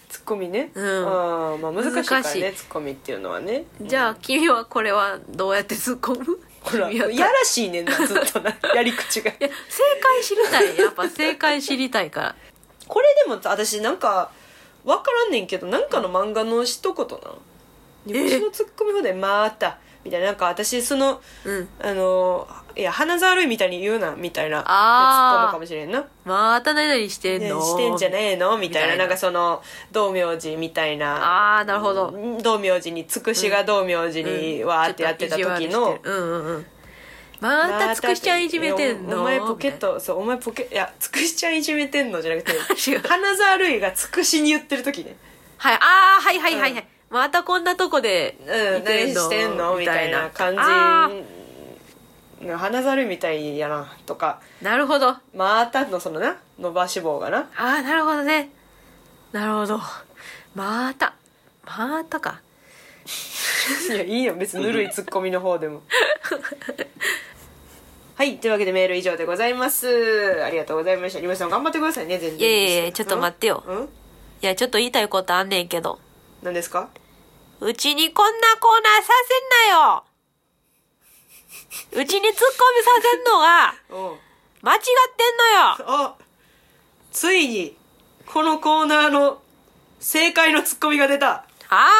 Speaker 1: ツッコミね、
Speaker 2: うん
Speaker 1: あーまあ難しいから
Speaker 2: 難し
Speaker 1: ね
Speaker 2: い
Speaker 1: ツッコミっていうのはね
Speaker 2: じゃあ君はこれはどうやって突っ込む
Speaker 1: ほら
Speaker 2: 君は
Speaker 1: やらしいねんなずっと なやり口が
Speaker 2: いや正解知りたいやっぱ正解知りたいから
Speaker 1: これでも私なんか分からんねんけどなんかの漫画の一言な煮干しのツッコミほどまた」みたいななんか私その
Speaker 2: うん
Speaker 1: あのいや花沢類みたいに言うなみたいなやつ
Speaker 2: あー
Speaker 1: かもかもしれんな
Speaker 2: また何々してん
Speaker 1: ね
Speaker 2: の
Speaker 1: してんじゃねえのみたいな
Speaker 2: みたいな
Speaker 1: なんかその道明寺みたいな
Speaker 2: ああなるほど、
Speaker 1: 道明寺につくしが道明寺にわーってやってた時の
Speaker 2: うんうんうんまたつくしちゃんいじめてんの
Speaker 1: お前ポケットそうお前ポケいやつくしちゃんいじめてんのじゃなくて
Speaker 2: 違う
Speaker 1: 花沢類がつくしに言ってる時ね
Speaker 2: はいああはいはいはいはい、またこんなとこで
Speaker 1: うん
Speaker 2: い
Speaker 1: 何
Speaker 2: てんの
Speaker 1: してんのみたいな感
Speaker 2: あ
Speaker 1: じ花ざるみたいやなとか
Speaker 2: ーなるほどあ
Speaker 1: またのそのな伸ばし棒がな
Speaker 2: あなるほどねなるほどまたまたか
Speaker 1: いやいいよ別にぬるいツッコミの方で もはいというわけでメール以上でございますありがとうございましたリムさん頑張ってくださいね全
Speaker 2: いや
Speaker 1: 然
Speaker 2: いやいやちょっと待ってよ
Speaker 1: うんうん
Speaker 2: いやちょっと言いたいことあんねんけど
Speaker 1: 何ですか
Speaker 2: うちにこんなコーナーさせんなようちにツッコミさせんのが
Speaker 1: うん
Speaker 2: 間違ってんのよ
Speaker 1: あついにこのコーナーの正解のツッコミが出た
Speaker 2: あ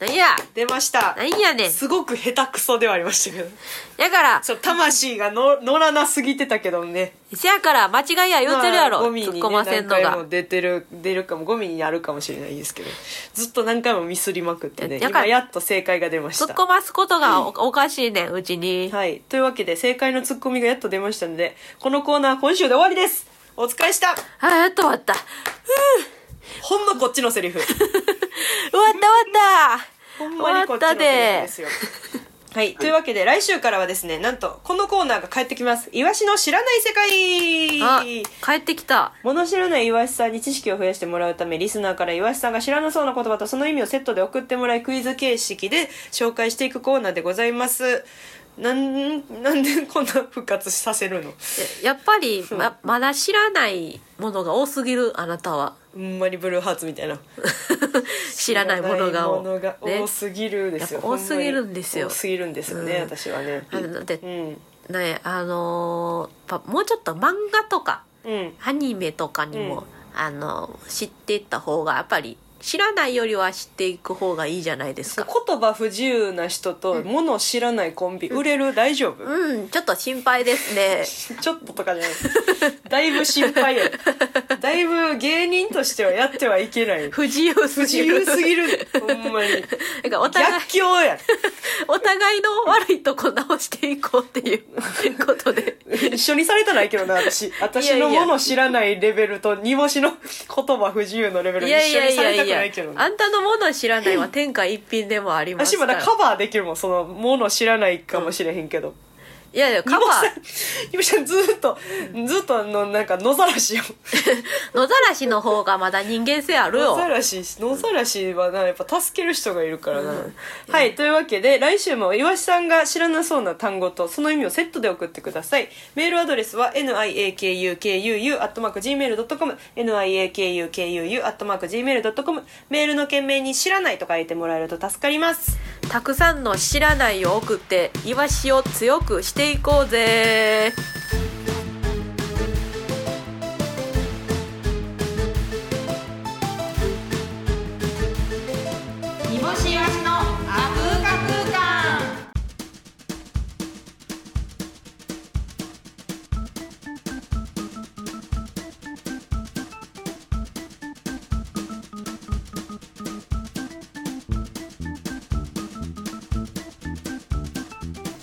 Speaker 2: 何や
Speaker 1: 出ました
Speaker 2: 何やねん
Speaker 1: すごく下手くそではありましたけど
Speaker 2: だから
Speaker 1: そう魂がの乗らなすぎてたけどね
Speaker 2: せやから間違いや言うてるやろ、
Speaker 1: まあゴミに、
Speaker 2: 突っ
Speaker 1: ね、
Speaker 2: 込ませんの
Speaker 1: 何回
Speaker 2: が
Speaker 1: も。出てる出るかもゴミにあるかもしれないですけどずっと何回もミスりまくってね
Speaker 2: だから
Speaker 1: 今やっと正解が出まし
Speaker 2: 突った込ますことがお,、かしいねん、うちに。
Speaker 1: はいというわけで正解のツッコミがやっと出ましたのでこのコーナー今週で終わりですお疲れした
Speaker 2: あ、やっと終わった。終わ
Speaker 1: ほんのこっちのセリフ
Speaker 2: った終わった
Speaker 1: ほんまにこっちのセリフですよ。はい、というわけで来週からはですねなんとこのコーナーが帰ってきます「イワシの知らない世
Speaker 2: あ
Speaker 1: 界」、
Speaker 2: 帰ってきた。
Speaker 1: 物知らないイワシさんに知識を増やしてもらうためリスナーからイワシさんが知らなそうな言葉とその意味をセットで送ってもらいクイズ形式で紹介していくコーナーでございます。なんなんでこんな復活させるの
Speaker 2: えやっぱり、ま、まだ知らないものが多すぎる、あなたは。
Speaker 1: ほんまにブルーハーツみたいな
Speaker 2: 知らないもの
Speaker 1: 知ら
Speaker 2: が
Speaker 1: ないものが多すぎるですよ
Speaker 2: やっぱ多すぎるんですよ
Speaker 1: ほまに多すぎるんですよね、
Speaker 2: うん
Speaker 1: 私はね
Speaker 2: あのだって
Speaker 1: うん
Speaker 2: ねあのーやっぱもうちょっと漫画とか
Speaker 1: うん
Speaker 2: アニメとかに
Speaker 1: う
Speaker 2: も、
Speaker 1: ん
Speaker 2: あの知っていった方がやっぱり知らないよりは知っていく方がいいじゃないですか
Speaker 1: 言葉不自由な人と物を知らないコンビ、売れる大丈夫、
Speaker 2: うんちょっと心配で すね
Speaker 1: ちょっととかじゃないだいぶ心配やだいぶ芸人としてはやってはいけない
Speaker 2: 不自由
Speaker 1: 不
Speaker 2: す
Speaker 1: 自
Speaker 2: ぎる
Speaker 1: 由すぎるほんまに
Speaker 2: なんかお互い
Speaker 1: 逆境や
Speaker 2: お互いの悪いとこ直していこうって いうことで
Speaker 1: 一緒にされたらいいけどな私私の
Speaker 2: いや
Speaker 1: もの知らないレベルと煮干しの言葉不自由のレベル
Speaker 2: い
Speaker 1: 一
Speaker 2: やい
Speaker 1: 緒
Speaker 2: や
Speaker 1: に
Speaker 2: い
Speaker 1: された
Speaker 2: や
Speaker 1: く
Speaker 2: い
Speaker 1: ないけど
Speaker 2: や
Speaker 1: ね
Speaker 2: あんたのもの知らないは天下一品でもあります
Speaker 1: 私
Speaker 2: か
Speaker 1: ま
Speaker 2: ら
Speaker 1: だカバーできるもんそのもの知らないかもしれへんけど、
Speaker 2: いやいやカ
Speaker 1: 煮
Speaker 2: バ
Speaker 1: 干しさ
Speaker 2: ー
Speaker 1: ん煮干しさんずっとずっとあのなんか野ざらしを
Speaker 2: 野ざらしの方がまだ人間性ある
Speaker 1: 野
Speaker 2: よ
Speaker 1: ざらし野ざらしはなやっぱ助ける人がいるからな、はいというわけで来週も岩井さんが知らなそうな単語とその意味をセットで送ってくださいメールアドレスは niakukuu.gmail.com niakukuu.gmail.com メールの件名に「知らない」と書いてもらえると助かります
Speaker 2: たくさんの知らないを送ってイワシを強くしていこうぜ
Speaker 3: 煮干しわしのあふうか空間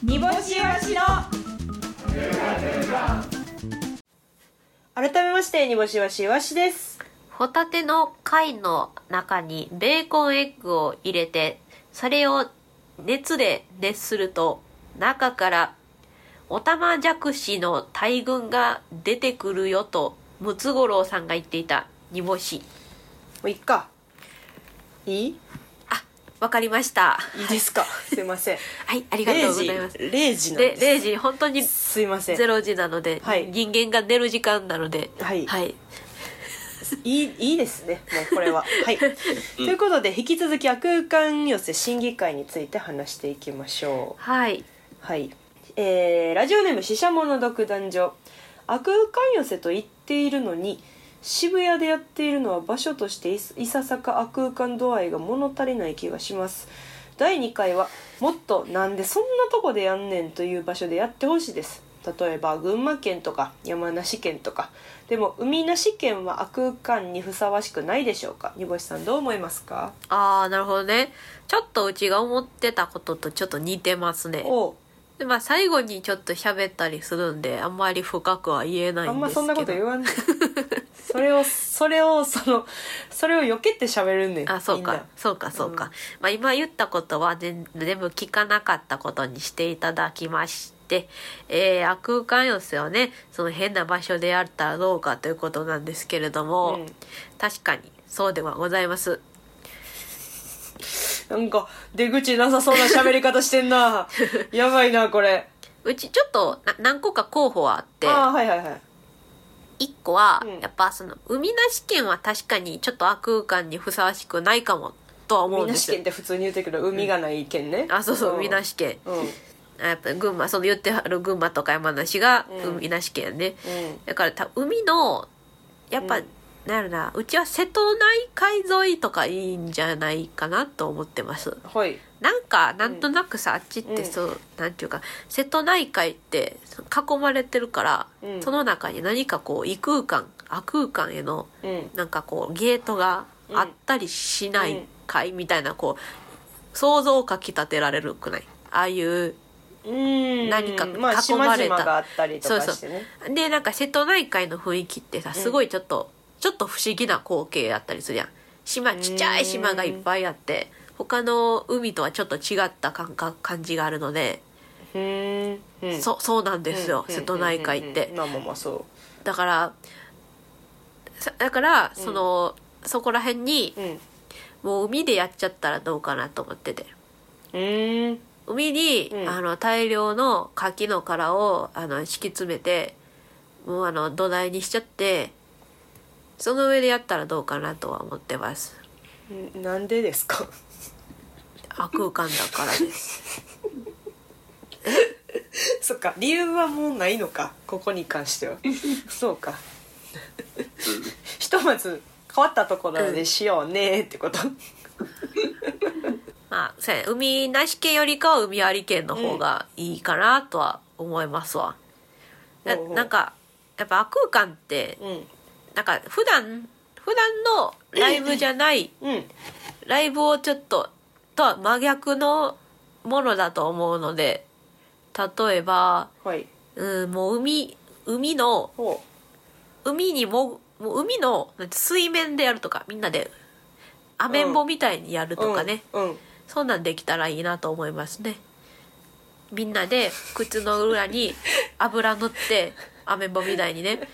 Speaker 3: 煮干しわしの
Speaker 1: 改めましてにぼしわしわしです
Speaker 2: ホタテの貝の中にベーコンエッグを入れてそれを熱で熱すると中からオタマジャクシの大群が出てくるよとムツゴロウさんが言っていた煮干し
Speaker 1: もういっかいいい
Speaker 2: あわかりました
Speaker 1: いですか、すいません
Speaker 2: はいありがと
Speaker 1: 0
Speaker 2: うご
Speaker 1: 時
Speaker 2: ざいます
Speaker 1: 0時なん
Speaker 2: で
Speaker 1: で
Speaker 2: 0時本当に
Speaker 1: すすいません
Speaker 2: 0時なので、
Speaker 1: はい
Speaker 2: 人間が寝る時間なので
Speaker 1: はい
Speaker 2: はい
Speaker 1: いいいいですねもうこれ ははい、ということで引き続き悪空間寄せ審議会について話していきましょ
Speaker 2: はい、
Speaker 1: うはいえーラジオネームししゃもの独壇場悪空間寄せと言っているのに渋谷でやっているのは場所としていいささか悪空間度合いが物足りない気がします第2回はもっとなんでそんなとこでやんねんという場所でやってほしいです例えば群馬県とか山梨県とかでも海なし県は悪空間にふさわしくないでしょうか煮干しさんどう思いますか
Speaker 2: ああなるほどねちょっとうちが思ってたこととちょっと似てますね
Speaker 1: お
Speaker 2: でまあ最後にちょっと喋ったりするんであんまり深くは言えない
Speaker 1: あん
Speaker 2: ん
Speaker 1: ま
Speaker 2: ですけど
Speaker 1: そんなこと言わないそれをそれをそのそれを避けて喋るねん
Speaker 2: あそう
Speaker 1: みん
Speaker 2: か
Speaker 1: な
Speaker 2: そうかそうか、
Speaker 1: うん
Speaker 2: まあ今言ったことは全全部聞かなかったことにしていただきましてえー、悪空間寄せをねその変な場所でやったらどうかということなんですけれど
Speaker 1: う
Speaker 2: も、
Speaker 1: ん
Speaker 2: 確かにそうではございます
Speaker 1: なんか出口なさそうな喋り方してんなやばいなこれ
Speaker 2: うちちょっとな何個か候補はあって
Speaker 1: ああはいはいはい
Speaker 2: 一個は
Speaker 1: うん
Speaker 2: やっぱその海なし県は確かにちょっと悪空間にふさわしくないかもとは思う
Speaker 1: 海
Speaker 2: んで
Speaker 1: な
Speaker 2: す
Speaker 1: し
Speaker 2: よ
Speaker 1: 県って普通に言うてるけど海がない県ね、
Speaker 2: あそうそう海な
Speaker 1: し
Speaker 2: し県
Speaker 1: うんうん
Speaker 2: あやっぱり群馬その言ってはる群馬とか山梨が
Speaker 1: うん
Speaker 2: 海なし県やね、だからた海のやっぱ、
Speaker 1: うん
Speaker 2: なんやろなうちは瀬戸内海沿いとかいいんじゃないかなと思ってます
Speaker 1: はい
Speaker 2: なんかなんとなくさ、あっちってそう、なんていうか瀬戸内海ってその囲まれてるから、
Speaker 1: うん
Speaker 2: その中に何かこう異空間悪空間への
Speaker 1: うん
Speaker 2: なんかこうゲートがあったりしないかいみたいなこう想像をかきたてられるくないああいう
Speaker 1: うん
Speaker 2: 何か
Speaker 1: まあ
Speaker 2: 囲ま
Speaker 1: 島
Speaker 2: れた
Speaker 1: 々があったりとかしてね
Speaker 2: でなんか瀬戸内海の雰囲気ってさすごいちょっと、ちょっと不思議な光景だったりするやん島ちっちゃい島がいっぱいあって他の海とはちょっと違った感覚感じがあるので、
Speaker 1: うーんうん
Speaker 2: そそうなんですよ、
Speaker 1: うん
Speaker 2: 瀬戸内海って、
Speaker 1: うんまあまあまあそ
Speaker 2: だからさだからその、そこら辺に
Speaker 1: ううん
Speaker 2: もう海でやっちゃったらどうかなと思ってて
Speaker 1: うーん
Speaker 2: 海に、
Speaker 1: うん
Speaker 2: あの大量の柿の殻をあの敷き詰めてもうあの土台にしちゃってその上でやったらどうかなとは思ってます
Speaker 1: んなんでですか
Speaker 2: あ空間だから です
Speaker 1: そっか理由はもうないのかここに関 してはそうかひとまず変わったところでしようねってこと、
Speaker 2: まあそうやね海なし県よりかは海あり県の方がいいかなとは思いますわ、な
Speaker 1: ほうほう
Speaker 2: なんかやっぱ空間って
Speaker 1: うん
Speaker 2: なんか普段普段のライブじゃない
Speaker 1: うん
Speaker 2: ライブをちょっととは真逆のものだと思うので例えば
Speaker 1: はい
Speaker 2: うんもう海海の
Speaker 1: ほ
Speaker 2: 海にももう海のなんて水面でやるとかみんなでアメンボみたいにやる
Speaker 1: う
Speaker 2: とかね、
Speaker 1: うん、うん
Speaker 2: そんなんできたらいいなと思いますねみんなで靴の 裏に油塗ってアメンボみたいにね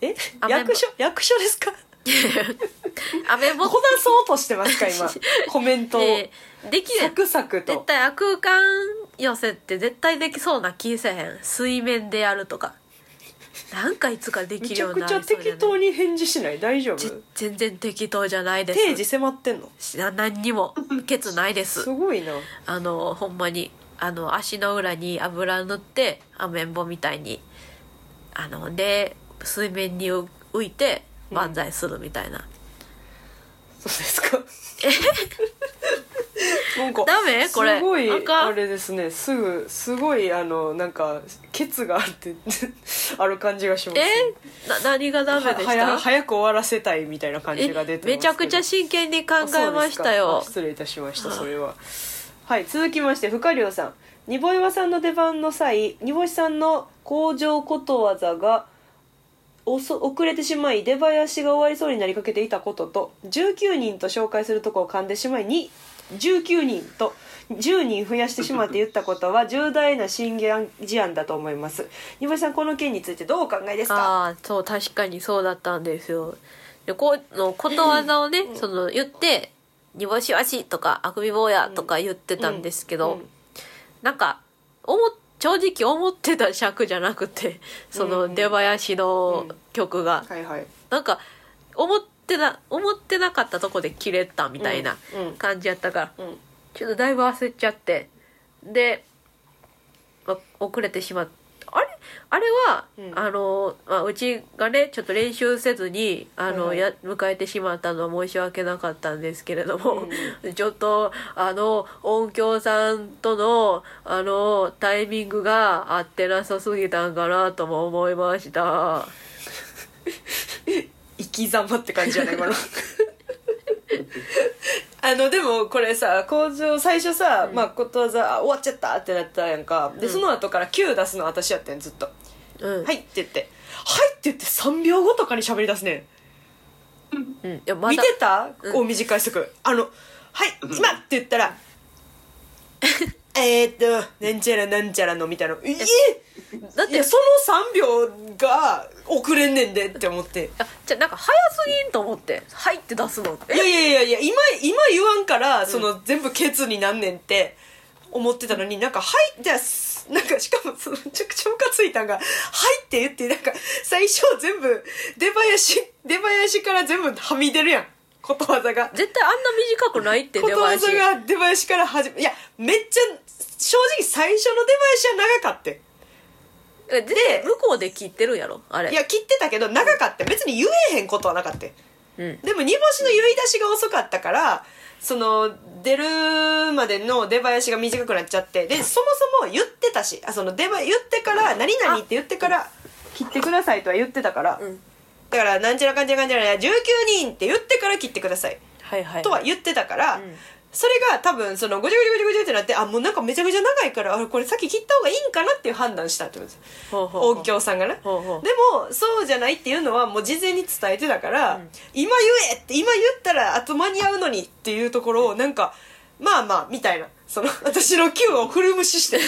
Speaker 1: え
Speaker 2: アメンボ
Speaker 1: 役所役所ですか
Speaker 2: アメンボ
Speaker 1: こなそうとしてますか 今コメントを、
Speaker 2: ででき
Speaker 1: サクサク
Speaker 2: 絶
Speaker 1: と
Speaker 2: 対あ空間寄せって絶対できそうな気せへん水面でやるとかなんかいつかで
Speaker 1: め
Speaker 2: きる
Speaker 1: ち
Speaker 2: よ
Speaker 1: ゃ
Speaker 2: う
Speaker 1: く
Speaker 2: にな
Speaker 1: ちゃ
Speaker 2: りそうじゃ
Speaker 1: 適
Speaker 2: ない
Speaker 1: 当に返事しない大丈夫
Speaker 2: ぜ全然適当じゃないです
Speaker 1: 定時迫ってんの
Speaker 2: し何にもケツないです
Speaker 1: すごいな
Speaker 2: あのほんまにあの足の裏に油塗ってアメンボみたいにあので水面に浮浮いて万歳するみたいな、
Speaker 1: そうですかなんか
Speaker 2: ダメこれ
Speaker 1: すごい
Speaker 2: あかん
Speaker 1: あれですねすぐすごいあのなんかケツがあって ある感じがします、ね、
Speaker 2: えな何がダメでし
Speaker 1: はや
Speaker 2: た
Speaker 1: 早く終わらせたいみたいな感じが出てますけ
Speaker 2: めちゃくちゃ真剣に考
Speaker 1: あそう
Speaker 2: えま
Speaker 1: です
Speaker 2: し
Speaker 1: か
Speaker 2: たよ
Speaker 1: あ失礼いたしましたそれははい続きまして深涼さん煮ぼ岩さんの出番の際煮干しさんの工場ことわざが遅遅れてしまい出囃子が終わりそうになりかけていたことと19人と紹介するとこを噛んでしまいに19人と10人増やしてしまって言ったことは重大な審議案事案だと思います煮干しさんこの件についてどうお考えですか
Speaker 2: ああそう確かにそうだったんですよでこうのことわざをね、その言って「煮干しわし」とか「あくび坊や」とか言ってたんですけど、
Speaker 1: うん
Speaker 2: なんかおも正直思ってた尺じゃなくてそ
Speaker 1: うん
Speaker 2: の出囃子の
Speaker 1: うん
Speaker 2: 曲が、
Speaker 1: はいはい
Speaker 2: なんか思ってな思ってなかったとこで切れたみたいな
Speaker 1: うんうん
Speaker 2: 感じやったから、
Speaker 1: うん
Speaker 2: ちょっとだいぶ焦っちゃってで、ま、遅れてしまったあれあれは、
Speaker 1: うん
Speaker 2: あの、まあ、うちがねちょっと練習せずにあの、
Speaker 1: はいはい
Speaker 2: や迎えてしまったのは申し訳なかったんですけれども、
Speaker 1: う
Speaker 2: ちょっとあの音響さんとのあのタイミングが合ってなさすぎたんかなとも思いました。
Speaker 1: 生き様って感じじゃないかな あのでもこれさ工場最初さ、まあことわざあ終わっちゃったってなったやんかで、
Speaker 2: うん
Speaker 1: その後から9出すの私やってんずっと「
Speaker 2: うん
Speaker 1: はい」って言って「はい」って言って3秒後とかに喋り出すねん
Speaker 2: うん、いやま
Speaker 1: 見
Speaker 2: だ
Speaker 1: てた、
Speaker 2: うん
Speaker 1: こう短い速あの「はい今」って言った ら「えーっとなんちゃらなんちゃらの」みたいな「え
Speaker 2: だっ
Speaker 1: いや
Speaker 2: て
Speaker 1: その3秒が遅れんねんで」って思って。
Speaker 2: あじゃなんか早すぎんと思って「はい」って出すのって
Speaker 1: いやいやいやいや今今言わんからその、全部ケツになんねんって思ってたのになんか「はい」じゃあすなんかしかもそのめちゃくちゃムカついたんが「はい」って言ってなんか最初全部出囃子出囃子から全部はみ出るやんことわざが。
Speaker 2: 絶対あんな短くないっ て
Speaker 1: こ
Speaker 2: 出
Speaker 1: とわ
Speaker 2: 囃
Speaker 1: ざ
Speaker 2: 子
Speaker 1: が出囃子から始めいやめっちゃ正直最初の出囃子は長かった
Speaker 2: で向こうで切ってるんやろあれ
Speaker 1: いや切ってたけど長かった別に言えへんことはなかった
Speaker 2: うん
Speaker 1: でも煮干しの言い出しが遅かったからその出るまでの出囃子が短くなっちゃってでそもそも言ってたしあその出囃言ってから「何々」って言ってから「切ってください」とは言ってたから、
Speaker 2: うん
Speaker 1: だから「なんちゃらかんちゃらかんちゃら19人」って言ってから切ってください
Speaker 2: はいはい
Speaker 1: とは言ってたから、
Speaker 2: うん
Speaker 1: それが多分そのごちゃごちゃごちゃごちゃってなってあもうなんかめちゃくちゃ長いからあこれ先切った方がいいんかなっていう判断したってことです
Speaker 2: ほうほうほう
Speaker 1: 音響さんがねで
Speaker 2: ほう
Speaker 1: も
Speaker 2: ほう
Speaker 1: そうじゃないっていうのはもう事前に伝えてたから、
Speaker 2: うん
Speaker 1: 今言えって今言ったらあと間に合うのにっていうところをなんかまあまあみたいな その私の Q を古無視して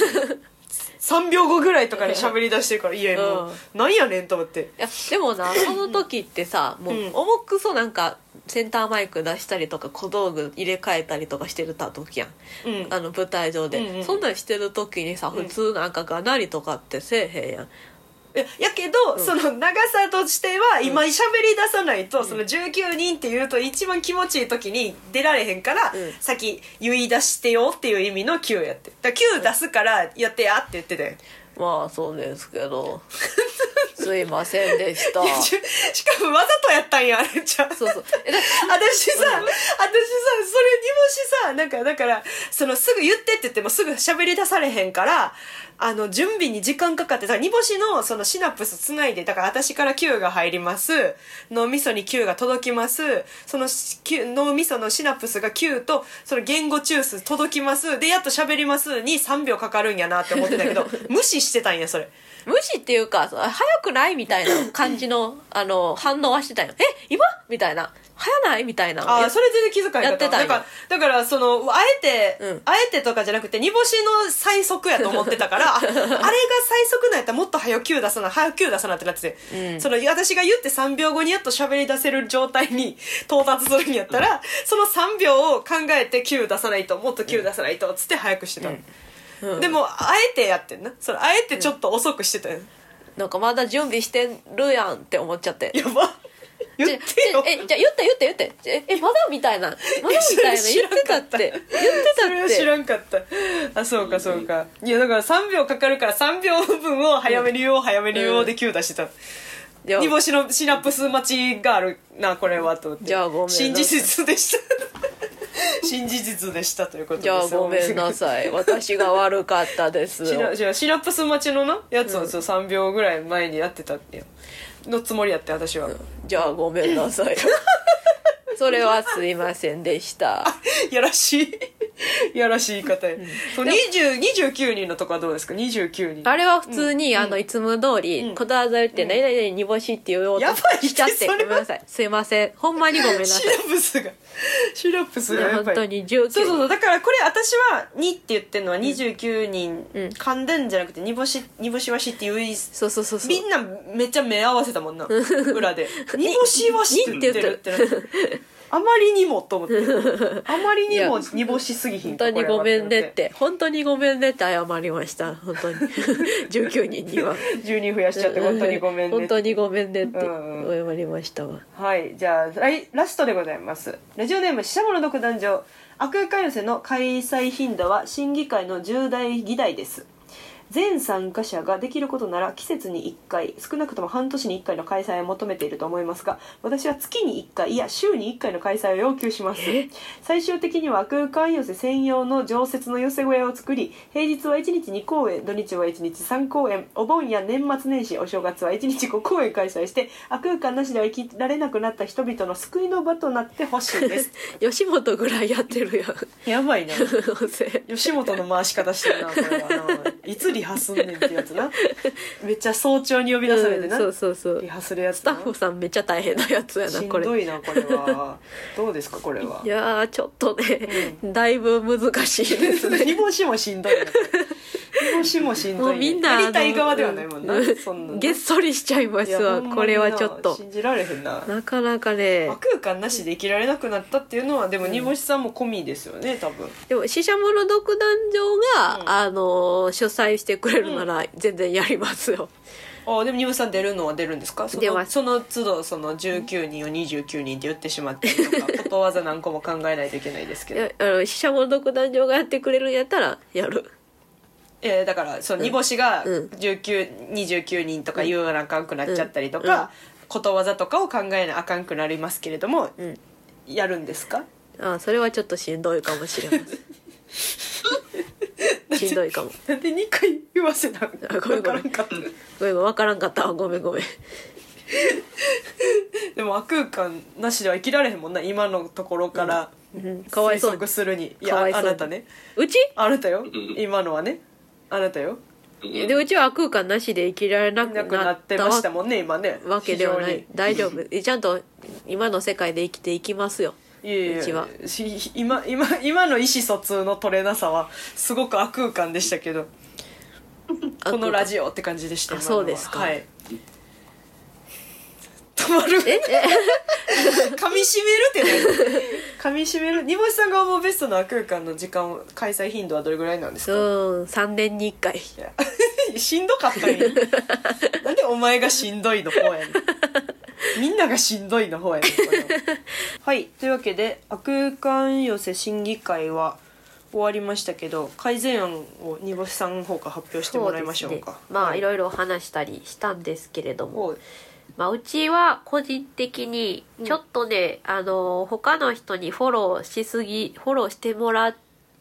Speaker 1: 3秒後ぐらいとかに喋り出してるからいやもうなんやねんと思って
Speaker 2: いやでもなその時ってさもう
Speaker 1: うん
Speaker 2: 重くそなんかセンターマイク出したりとか小道具入れ替えたりとかしてるた時やん、
Speaker 1: うん
Speaker 2: あの舞台上で、
Speaker 1: うんうん
Speaker 2: そんなんしてる時にさ普通なんかがなりとかってせえへんやん
Speaker 1: いややけど、その長さとしては今喋り出さないと、その19人っていうと一番気持ちいい時に出られへんから、
Speaker 2: うん
Speaker 1: 先言い出してよっていう意味の9やってだから9出すからやってやって言ってたよ
Speaker 2: まあそうですけ どすいませんでした
Speaker 1: し しかもわざとやったんやあれちゃう
Speaker 2: そうそうえだ
Speaker 1: 私さ、私さ、それ煮干しさ、なんか、だから、その、すぐ言ってって言ってもすぐ喋り出されへんから、あの、準備に時間かかって、だから煮干しの、そのシナプスつないで、だから私から Q が入ります、脳みそに Q が届きます、その Q 脳みそのシナプスが Q と、その言語中枢届きます、で、やっと喋りますに3秒かかるんやなって思ってたけど、無視してたんや、それ。
Speaker 2: 無視っていうかその早くないみたいな感 じのあの反応はしてたよえ今みたいな早ないみたいな
Speaker 1: あ
Speaker 2: い
Speaker 1: あ
Speaker 2: や
Speaker 1: それ全然気遣い
Speaker 2: やってたん
Speaker 1: だ
Speaker 2: や
Speaker 1: からだからそのあえて、
Speaker 2: うん
Speaker 1: あえてとかじゃなくて煮干しの最速やと思ってたから ああれが最速なんやったらもっと早く9出さな早く9出さなってなってて、その私が言って3秒後にやっと喋り出せる状態に到達するんやったら、その3秒を考えて9出さないともっと9出さないとつって早くしてたの、でもあえてやってんなそれあえてちょっと遅くしてたよ、
Speaker 2: なんかまだ準備してるやんって思っちゃって
Speaker 1: やば言ってよ
Speaker 2: ちょちょえじゃあ言って言って言ってええまだみたいなまだみたいな
Speaker 1: それ知
Speaker 2: 言
Speaker 1: ら
Speaker 2: っ
Speaker 1: んか
Speaker 2: て
Speaker 1: った
Speaker 2: たって言ってた
Speaker 1: そ
Speaker 2: っ
Speaker 1: れ
Speaker 2: て
Speaker 1: は知らんかったあそうかそうか、いやだから3秒かかるから3秒分を早めに言おう早めに言おうで9出してた
Speaker 2: でも
Speaker 1: 煮干しのシナプス待ちがあるなこれはと思って
Speaker 2: じゃあごめんなさい
Speaker 1: 新事実でした 新事実でしたということです
Speaker 2: じゃあごめんなさい私が悪かっ たです
Speaker 1: シナじゃあシナプス待ちのなやつをそう3秒ぐらい前にやってたってよのつもりやって私は、
Speaker 2: じゃあごめんな さいそれはすいませんでした
Speaker 1: やらしい やらしい言い方や、そう20 29人のとこはどうですか29人
Speaker 2: あれは普通に、あのいつも通り、
Speaker 1: ん
Speaker 2: こだわざるって「何々煮干し」って言おうと
Speaker 1: やばいって
Speaker 2: しちゃって
Speaker 1: そ
Speaker 2: ご
Speaker 1: れは
Speaker 2: めんなさいすいませんほんまにごめん なさい
Speaker 1: シナプスがシナプスがやっ
Speaker 2: 本
Speaker 1: ぱ
Speaker 2: 当
Speaker 1: り
Speaker 2: に19
Speaker 1: そうそうそうだからこれ私は「に」って言ってるのは29人、
Speaker 2: うん
Speaker 1: 噛んでんじゃなくて「煮干し」「煮干しわし」って言うい
Speaker 2: そうそうそうそう
Speaker 1: みんなめっちゃ目合わせたも んな裏で「煮干しわし」って言ってるってなってあまりにもと思って あまりにも煮干しすぎひんか
Speaker 2: 本当にごめんねっ
Speaker 1: これ
Speaker 2: て本当にごめんねって謝りました本 当に19人には
Speaker 1: はって10人増やしちゃって本当にごめんねっ
Speaker 2: 本
Speaker 1: て
Speaker 2: 当にごめんねって
Speaker 1: うん
Speaker 2: 謝りましたわ
Speaker 1: はいじゃあライラストでございますラジオネーム死者もの独壇場悪役会寄せの開催頻度は審議会の重大議題です全参加者ができることなら季節に1回少なくとも半年に1回の開催を求めていると思いますが私は月に1回いや週に1回の開催を要求します最終的には空間寄せ専用の常設の寄せ小屋を作り平日は1日2公演土日は1日3公演お盆や年末年始お正月は1日5公演開催して悪空間なしでは生きられなくなった人々の救いの場となってほしいです
Speaker 2: 吉本ぐらいやってるや ん
Speaker 1: やばいな
Speaker 2: せ
Speaker 1: 吉本の回し方してるなこれはないつリハすんねんってやつなめっちゃ早朝に呼び出されてな、
Speaker 2: そうそうそう
Speaker 1: リハするやつ
Speaker 2: スタ
Speaker 1: な
Speaker 2: ッフさんめっちゃ大変なやつやな
Speaker 1: しん
Speaker 2: これ
Speaker 1: どいなこれはどうですかこれはい
Speaker 2: やーちょっとね、だいぶ難しいです ね
Speaker 1: 煮干しもしんどいな煮干しもしんどい
Speaker 2: もうみんな
Speaker 1: やりたい側ではないもんな、
Speaker 2: う
Speaker 1: そんな
Speaker 2: げっそりしちゃいま
Speaker 1: い
Speaker 2: す
Speaker 1: やほ
Speaker 2: わ
Speaker 1: んまにな
Speaker 2: これはちょっと
Speaker 1: 信じられへんな
Speaker 2: なかなかね
Speaker 1: 悪空間なしで生きられなくなったっていうのはでも煮干しさんも込みですよね多分
Speaker 2: でも死者もの独壇場が、
Speaker 1: うん
Speaker 2: あのー主催してくれるなら全然やりますよ、
Speaker 1: ああでも煮干しさん出るのは出るんですかそ
Speaker 2: 出
Speaker 1: の
Speaker 2: ます
Speaker 1: その都度その19人を29人って言ってしまってなんかことわざ何個も考えないといけないですけ
Speaker 2: い
Speaker 1: ど
Speaker 2: やあの死者もの独壇場がやってくれるんやったらやる
Speaker 1: えー、だからその煮干しが
Speaker 2: うん
Speaker 1: 1929人とか言わなあかんくなっちゃったりと
Speaker 2: うんうん
Speaker 1: か、ことわざとかを考えなあかんくなりますけれども、
Speaker 2: ん
Speaker 1: やるんですか
Speaker 2: あそれはちょっとしんどいかもしれ ませんしんどいかも
Speaker 1: なんで2回言わせなあ
Speaker 2: あごめん ごめん
Speaker 1: んかった
Speaker 2: ごめん分からんかったわごめんごめん
Speaker 1: でも悪空間なしでは生きられへんもんな今のところから
Speaker 2: うんかわ
Speaker 1: 推
Speaker 2: いそうに
Speaker 1: 測するにい
Speaker 2: か
Speaker 1: や
Speaker 2: わいそ
Speaker 1: あ
Speaker 2: うに
Speaker 1: なたね
Speaker 2: うち
Speaker 1: あなたよ今のはねあなたよ
Speaker 2: でうちは空間なしで生きられなく
Speaker 1: なく
Speaker 2: な
Speaker 1: なっ
Speaker 2: ってた
Speaker 1: ま
Speaker 2: わ
Speaker 1: したもんね今ね
Speaker 2: わけではな
Speaker 1: 非
Speaker 2: い大丈夫えちゃんと今の世界で生きていきますよ
Speaker 1: 常にいやいう
Speaker 2: ち
Speaker 1: や
Speaker 2: は
Speaker 1: し今今今の意思疎通の取れなさはすごく悪空間でしたけどこのラジオって感じでした
Speaker 2: あ
Speaker 1: 今のは
Speaker 2: そうですか
Speaker 1: はい止まる
Speaker 2: ええ
Speaker 1: 噛み締めるってね噛み締める煮干しさんが思うベストな悪空間の時間を開催頻度はどれぐらいなんですか
Speaker 2: うん3年に1回
Speaker 1: いやしんどか ったんやなんでお前がしんどいの方やねんみんながしんどいの方やねんこれははいというわけで悪感寄せ審議会は終わりましたけど改善案を煮干しさんの方から発表してもらいましょう
Speaker 2: そ
Speaker 1: か
Speaker 2: ですねまあい
Speaker 1: ろ
Speaker 2: ろいろ話したりしたんですけれども、
Speaker 1: はい
Speaker 2: まあ、うちは個人的に
Speaker 1: うん
Speaker 2: ちょっとね、あの他の人にフォローしすぎフォローしてもら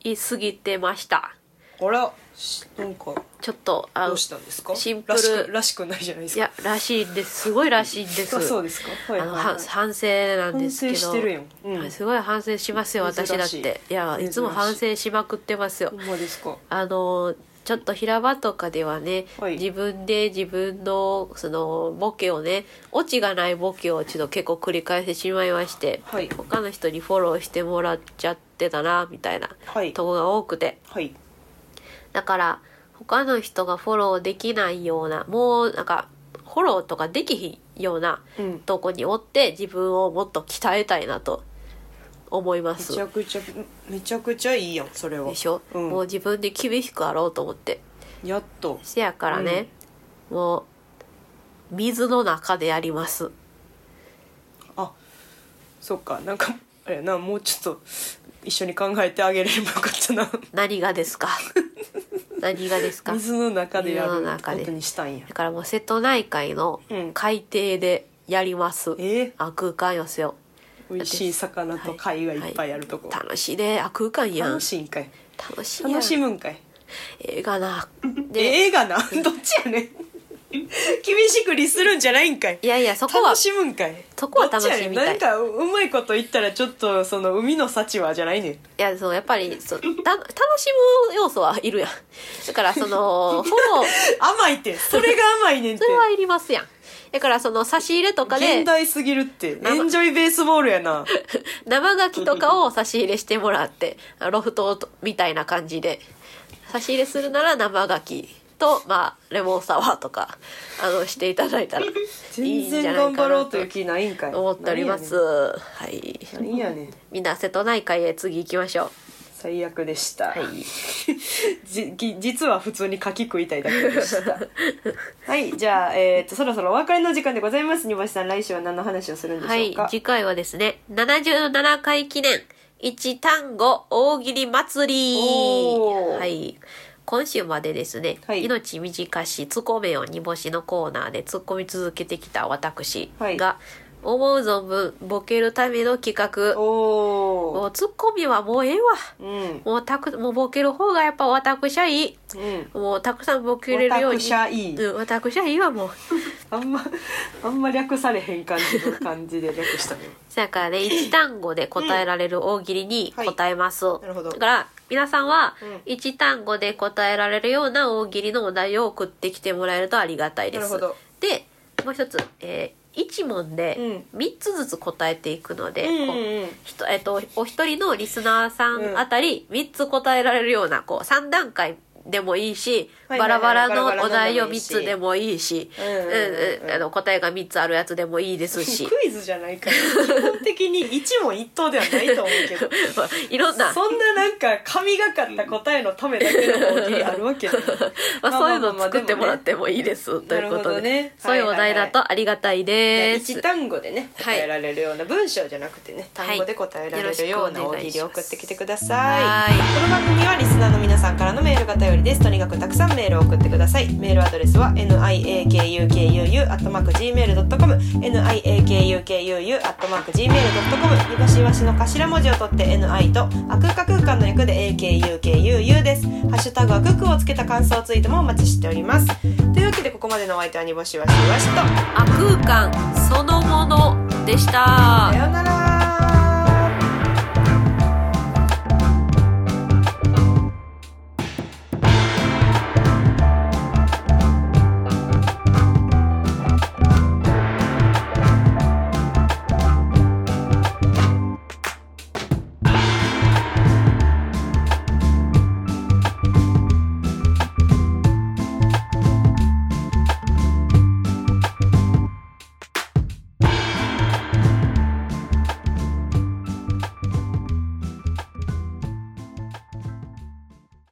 Speaker 2: いすぎてました
Speaker 1: あらしなんか
Speaker 2: ちょっとあ
Speaker 1: ど
Speaker 2: の
Speaker 1: うしたんですから
Speaker 2: シンプ
Speaker 1: ら
Speaker 2: ル
Speaker 1: しくらしくないじゃないです
Speaker 2: い
Speaker 1: か
Speaker 2: やらしいんですすごいらしいんです
Speaker 1: あ そうですか、はいはい
Speaker 2: あの
Speaker 1: はい
Speaker 2: は反省なん
Speaker 1: 反
Speaker 2: で
Speaker 1: 省
Speaker 2: すけど
Speaker 1: してるやん、うん、
Speaker 2: はいすごい反省しますよ
Speaker 1: 珍しい
Speaker 2: 私だっていや
Speaker 1: 珍しい
Speaker 2: いつも反省しまくってますよ
Speaker 1: ほんまですか
Speaker 2: あのちょっと平場とかではね、
Speaker 1: はい
Speaker 2: 自分で自分のそのボケをねオチがないボケをちょっと結構繰り返してしまいまして、
Speaker 1: はい
Speaker 2: 他の人にフォローしてもらっちゃってたなみたいな
Speaker 1: はい
Speaker 2: とこが多くて
Speaker 1: はい
Speaker 2: だから他の人がフォローできないようなもうなんかフォローとかできひんような
Speaker 1: うん
Speaker 2: とこにおって自分をもっと鍛えたいなと思いま
Speaker 1: め
Speaker 2: す
Speaker 1: ちゃくちゃめちゃくちゃいいやんそれは
Speaker 2: でしょ、
Speaker 1: うん
Speaker 2: もう自分で厳しくあろうと思って
Speaker 1: やっと
Speaker 2: せやからね、もう水の中でやります
Speaker 1: あそっかなんかあれやなもうちょっと一緒に考えてあげれればよかったな
Speaker 2: 何がで すか何がですか
Speaker 1: 水の中でや
Speaker 2: 水
Speaker 1: る
Speaker 2: の中
Speaker 1: こ
Speaker 2: で
Speaker 1: とにしたんや
Speaker 2: だからもう瀬戸内海の
Speaker 1: うん
Speaker 2: 海底でやります、
Speaker 1: え
Speaker 2: あ空間寄せを
Speaker 1: ー、美味しい魚と貝がいっぱいあるとこ、
Speaker 2: 楽しいであ空間やん
Speaker 1: 楽しいんかい
Speaker 2: 楽しいやん
Speaker 1: 楽しむんかい
Speaker 2: ええ がなで
Speaker 1: 映画などっちやねん厳しく律するんじゃないんかい
Speaker 2: いやいやそこは
Speaker 1: 楽しむんかい
Speaker 2: そこは楽しみたい
Speaker 1: どっちやねんなんかうまいこと言ったらちょっとその海の幸はじゃないねん
Speaker 2: いや、そう、やっぱり、そう、た、楽しむ要素はいるやん。だから、そ の、フォロー、
Speaker 1: 甘いってそれが甘いねんっ
Speaker 2: そ
Speaker 1: て
Speaker 2: れはいりますやん。だから、その、差し入れとかで
Speaker 1: 現、代すぎるって
Speaker 2: 生
Speaker 1: エンジョイベースボールやな
Speaker 2: 生ガキとかを差し入れしてもらって、ロフトみたいな感じで、差し入れするなら生ガキと、まあ、レモンサワーとか、あの、していただいたら、いい
Speaker 1: 全
Speaker 2: んじ
Speaker 1: 然
Speaker 2: ゃないか
Speaker 1: 頑
Speaker 2: な
Speaker 1: 張ろうという気ないんかい
Speaker 2: 思っております。はい。
Speaker 1: 何やねん何やねん
Speaker 2: みんな、瀬戸内海へ次行きましょう。
Speaker 1: 最悪でした、
Speaker 2: はい。
Speaker 1: じぎ実は普通に柿食いたいだけでしたはいじゃあ、えー、とそろそろお別れの時間でございます煮干しさん来週は何の話をするんで
Speaker 2: は
Speaker 1: しょう
Speaker 2: い
Speaker 1: か、、
Speaker 2: 次回はですね、77回記念、一単語大喜利祭り。
Speaker 1: おー
Speaker 2: はい。今週までですね、
Speaker 1: はい
Speaker 2: 命短し、ツッコめを煮干しのコーナーで突っ込み続けてきた私が、
Speaker 1: はい
Speaker 2: 思う存分ボケるための企画、も
Speaker 1: おお
Speaker 2: うツッコミはもうええわ。
Speaker 1: うん
Speaker 2: もうたく、もうボケる方がやっぱ私はいい。
Speaker 1: うん
Speaker 2: もうたくさんボケれるように。
Speaker 1: 私はいい
Speaker 2: うん、 私はいいわ、もう。
Speaker 1: あんま あんま略されへん感じの感じで略したね
Speaker 2: だからね、一単語で答えられる大喜利に答えます。
Speaker 1: いなるほど
Speaker 2: だから、皆さんは
Speaker 1: うん、
Speaker 2: 一単語で答えられるような大喜利のお題を送ってきてもらえるとありがたいです。
Speaker 1: なるほど
Speaker 2: で、もう一つ、えー、1問で3つずつ答えていくので、
Speaker 1: うん
Speaker 2: こう
Speaker 1: うんうん
Speaker 2: ひとえっと、お一人のリスナーさんあたり3つ答えられるような、こう、3段階でもいいし、
Speaker 1: はい
Speaker 2: バラバラ
Speaker 1: バラバラ
Speaker 2: の
Speaker 1: の
Speaker 2: お題を
Speaker 1: でもいいし
Speaker 2: 3つでも
Speaker 1: う
Speaker 2: いいし、
Speaker 1: んうんうん
Speaker 2: うんうんあの答えが3つあるやつでもいいですし
Speaker 1: ク。イズじゃないから基本的に一問一答ではないと思うけど
Speaker 2: いろんな、
Speaker 1: そんななんか神がかった答えのためだけの大喜利 あるわけない
Speaker 2: まあ、
Speaker 1: まあ
Speaker 2: そういう
Speaker 1: まあ
Speaker 2: の
Speaker 1: まあ
Speaker 2: 作ってもらってもいいです、というこ
Speaker 1: なるほ
Speaker 2: と
Speaker 1: ど
Speaker 2: で、
Speaker 1: ね
Speaker 2: そういうお
Speaker 1: はい
Speaker 2: 題
Speaker 1: はいはい
Speaker 2: だとありがたいです。
Speaker 1: 一単語でね
Speaker 2: はい
Speaker 1: 答えられるような文章じゃなくてね、
Speaker 2: はい
Speaker 1: 単語で答えられるような大喜利を
Speaker 2: よろしくお願いします
Speaker 1: 送ってきてください
Speaker 2: はい
Speaker 1: この番組はリスナーの皆さんからのメールが頼りですとにかくたくさんメールを送ってくださいメールアドレスは niakukuu.gmail.com niakukuu.gmail.com にばしいわしの頭文字を取って ni とあ空間空間の役で akukuu ですハッシュタグはククをつけた感想ツイートもお待ちしておりますというわけでここまでのお相手はにぼしわしわしと
Speaker 2: 悪空間そのものでした。
Speaker 1: さようなら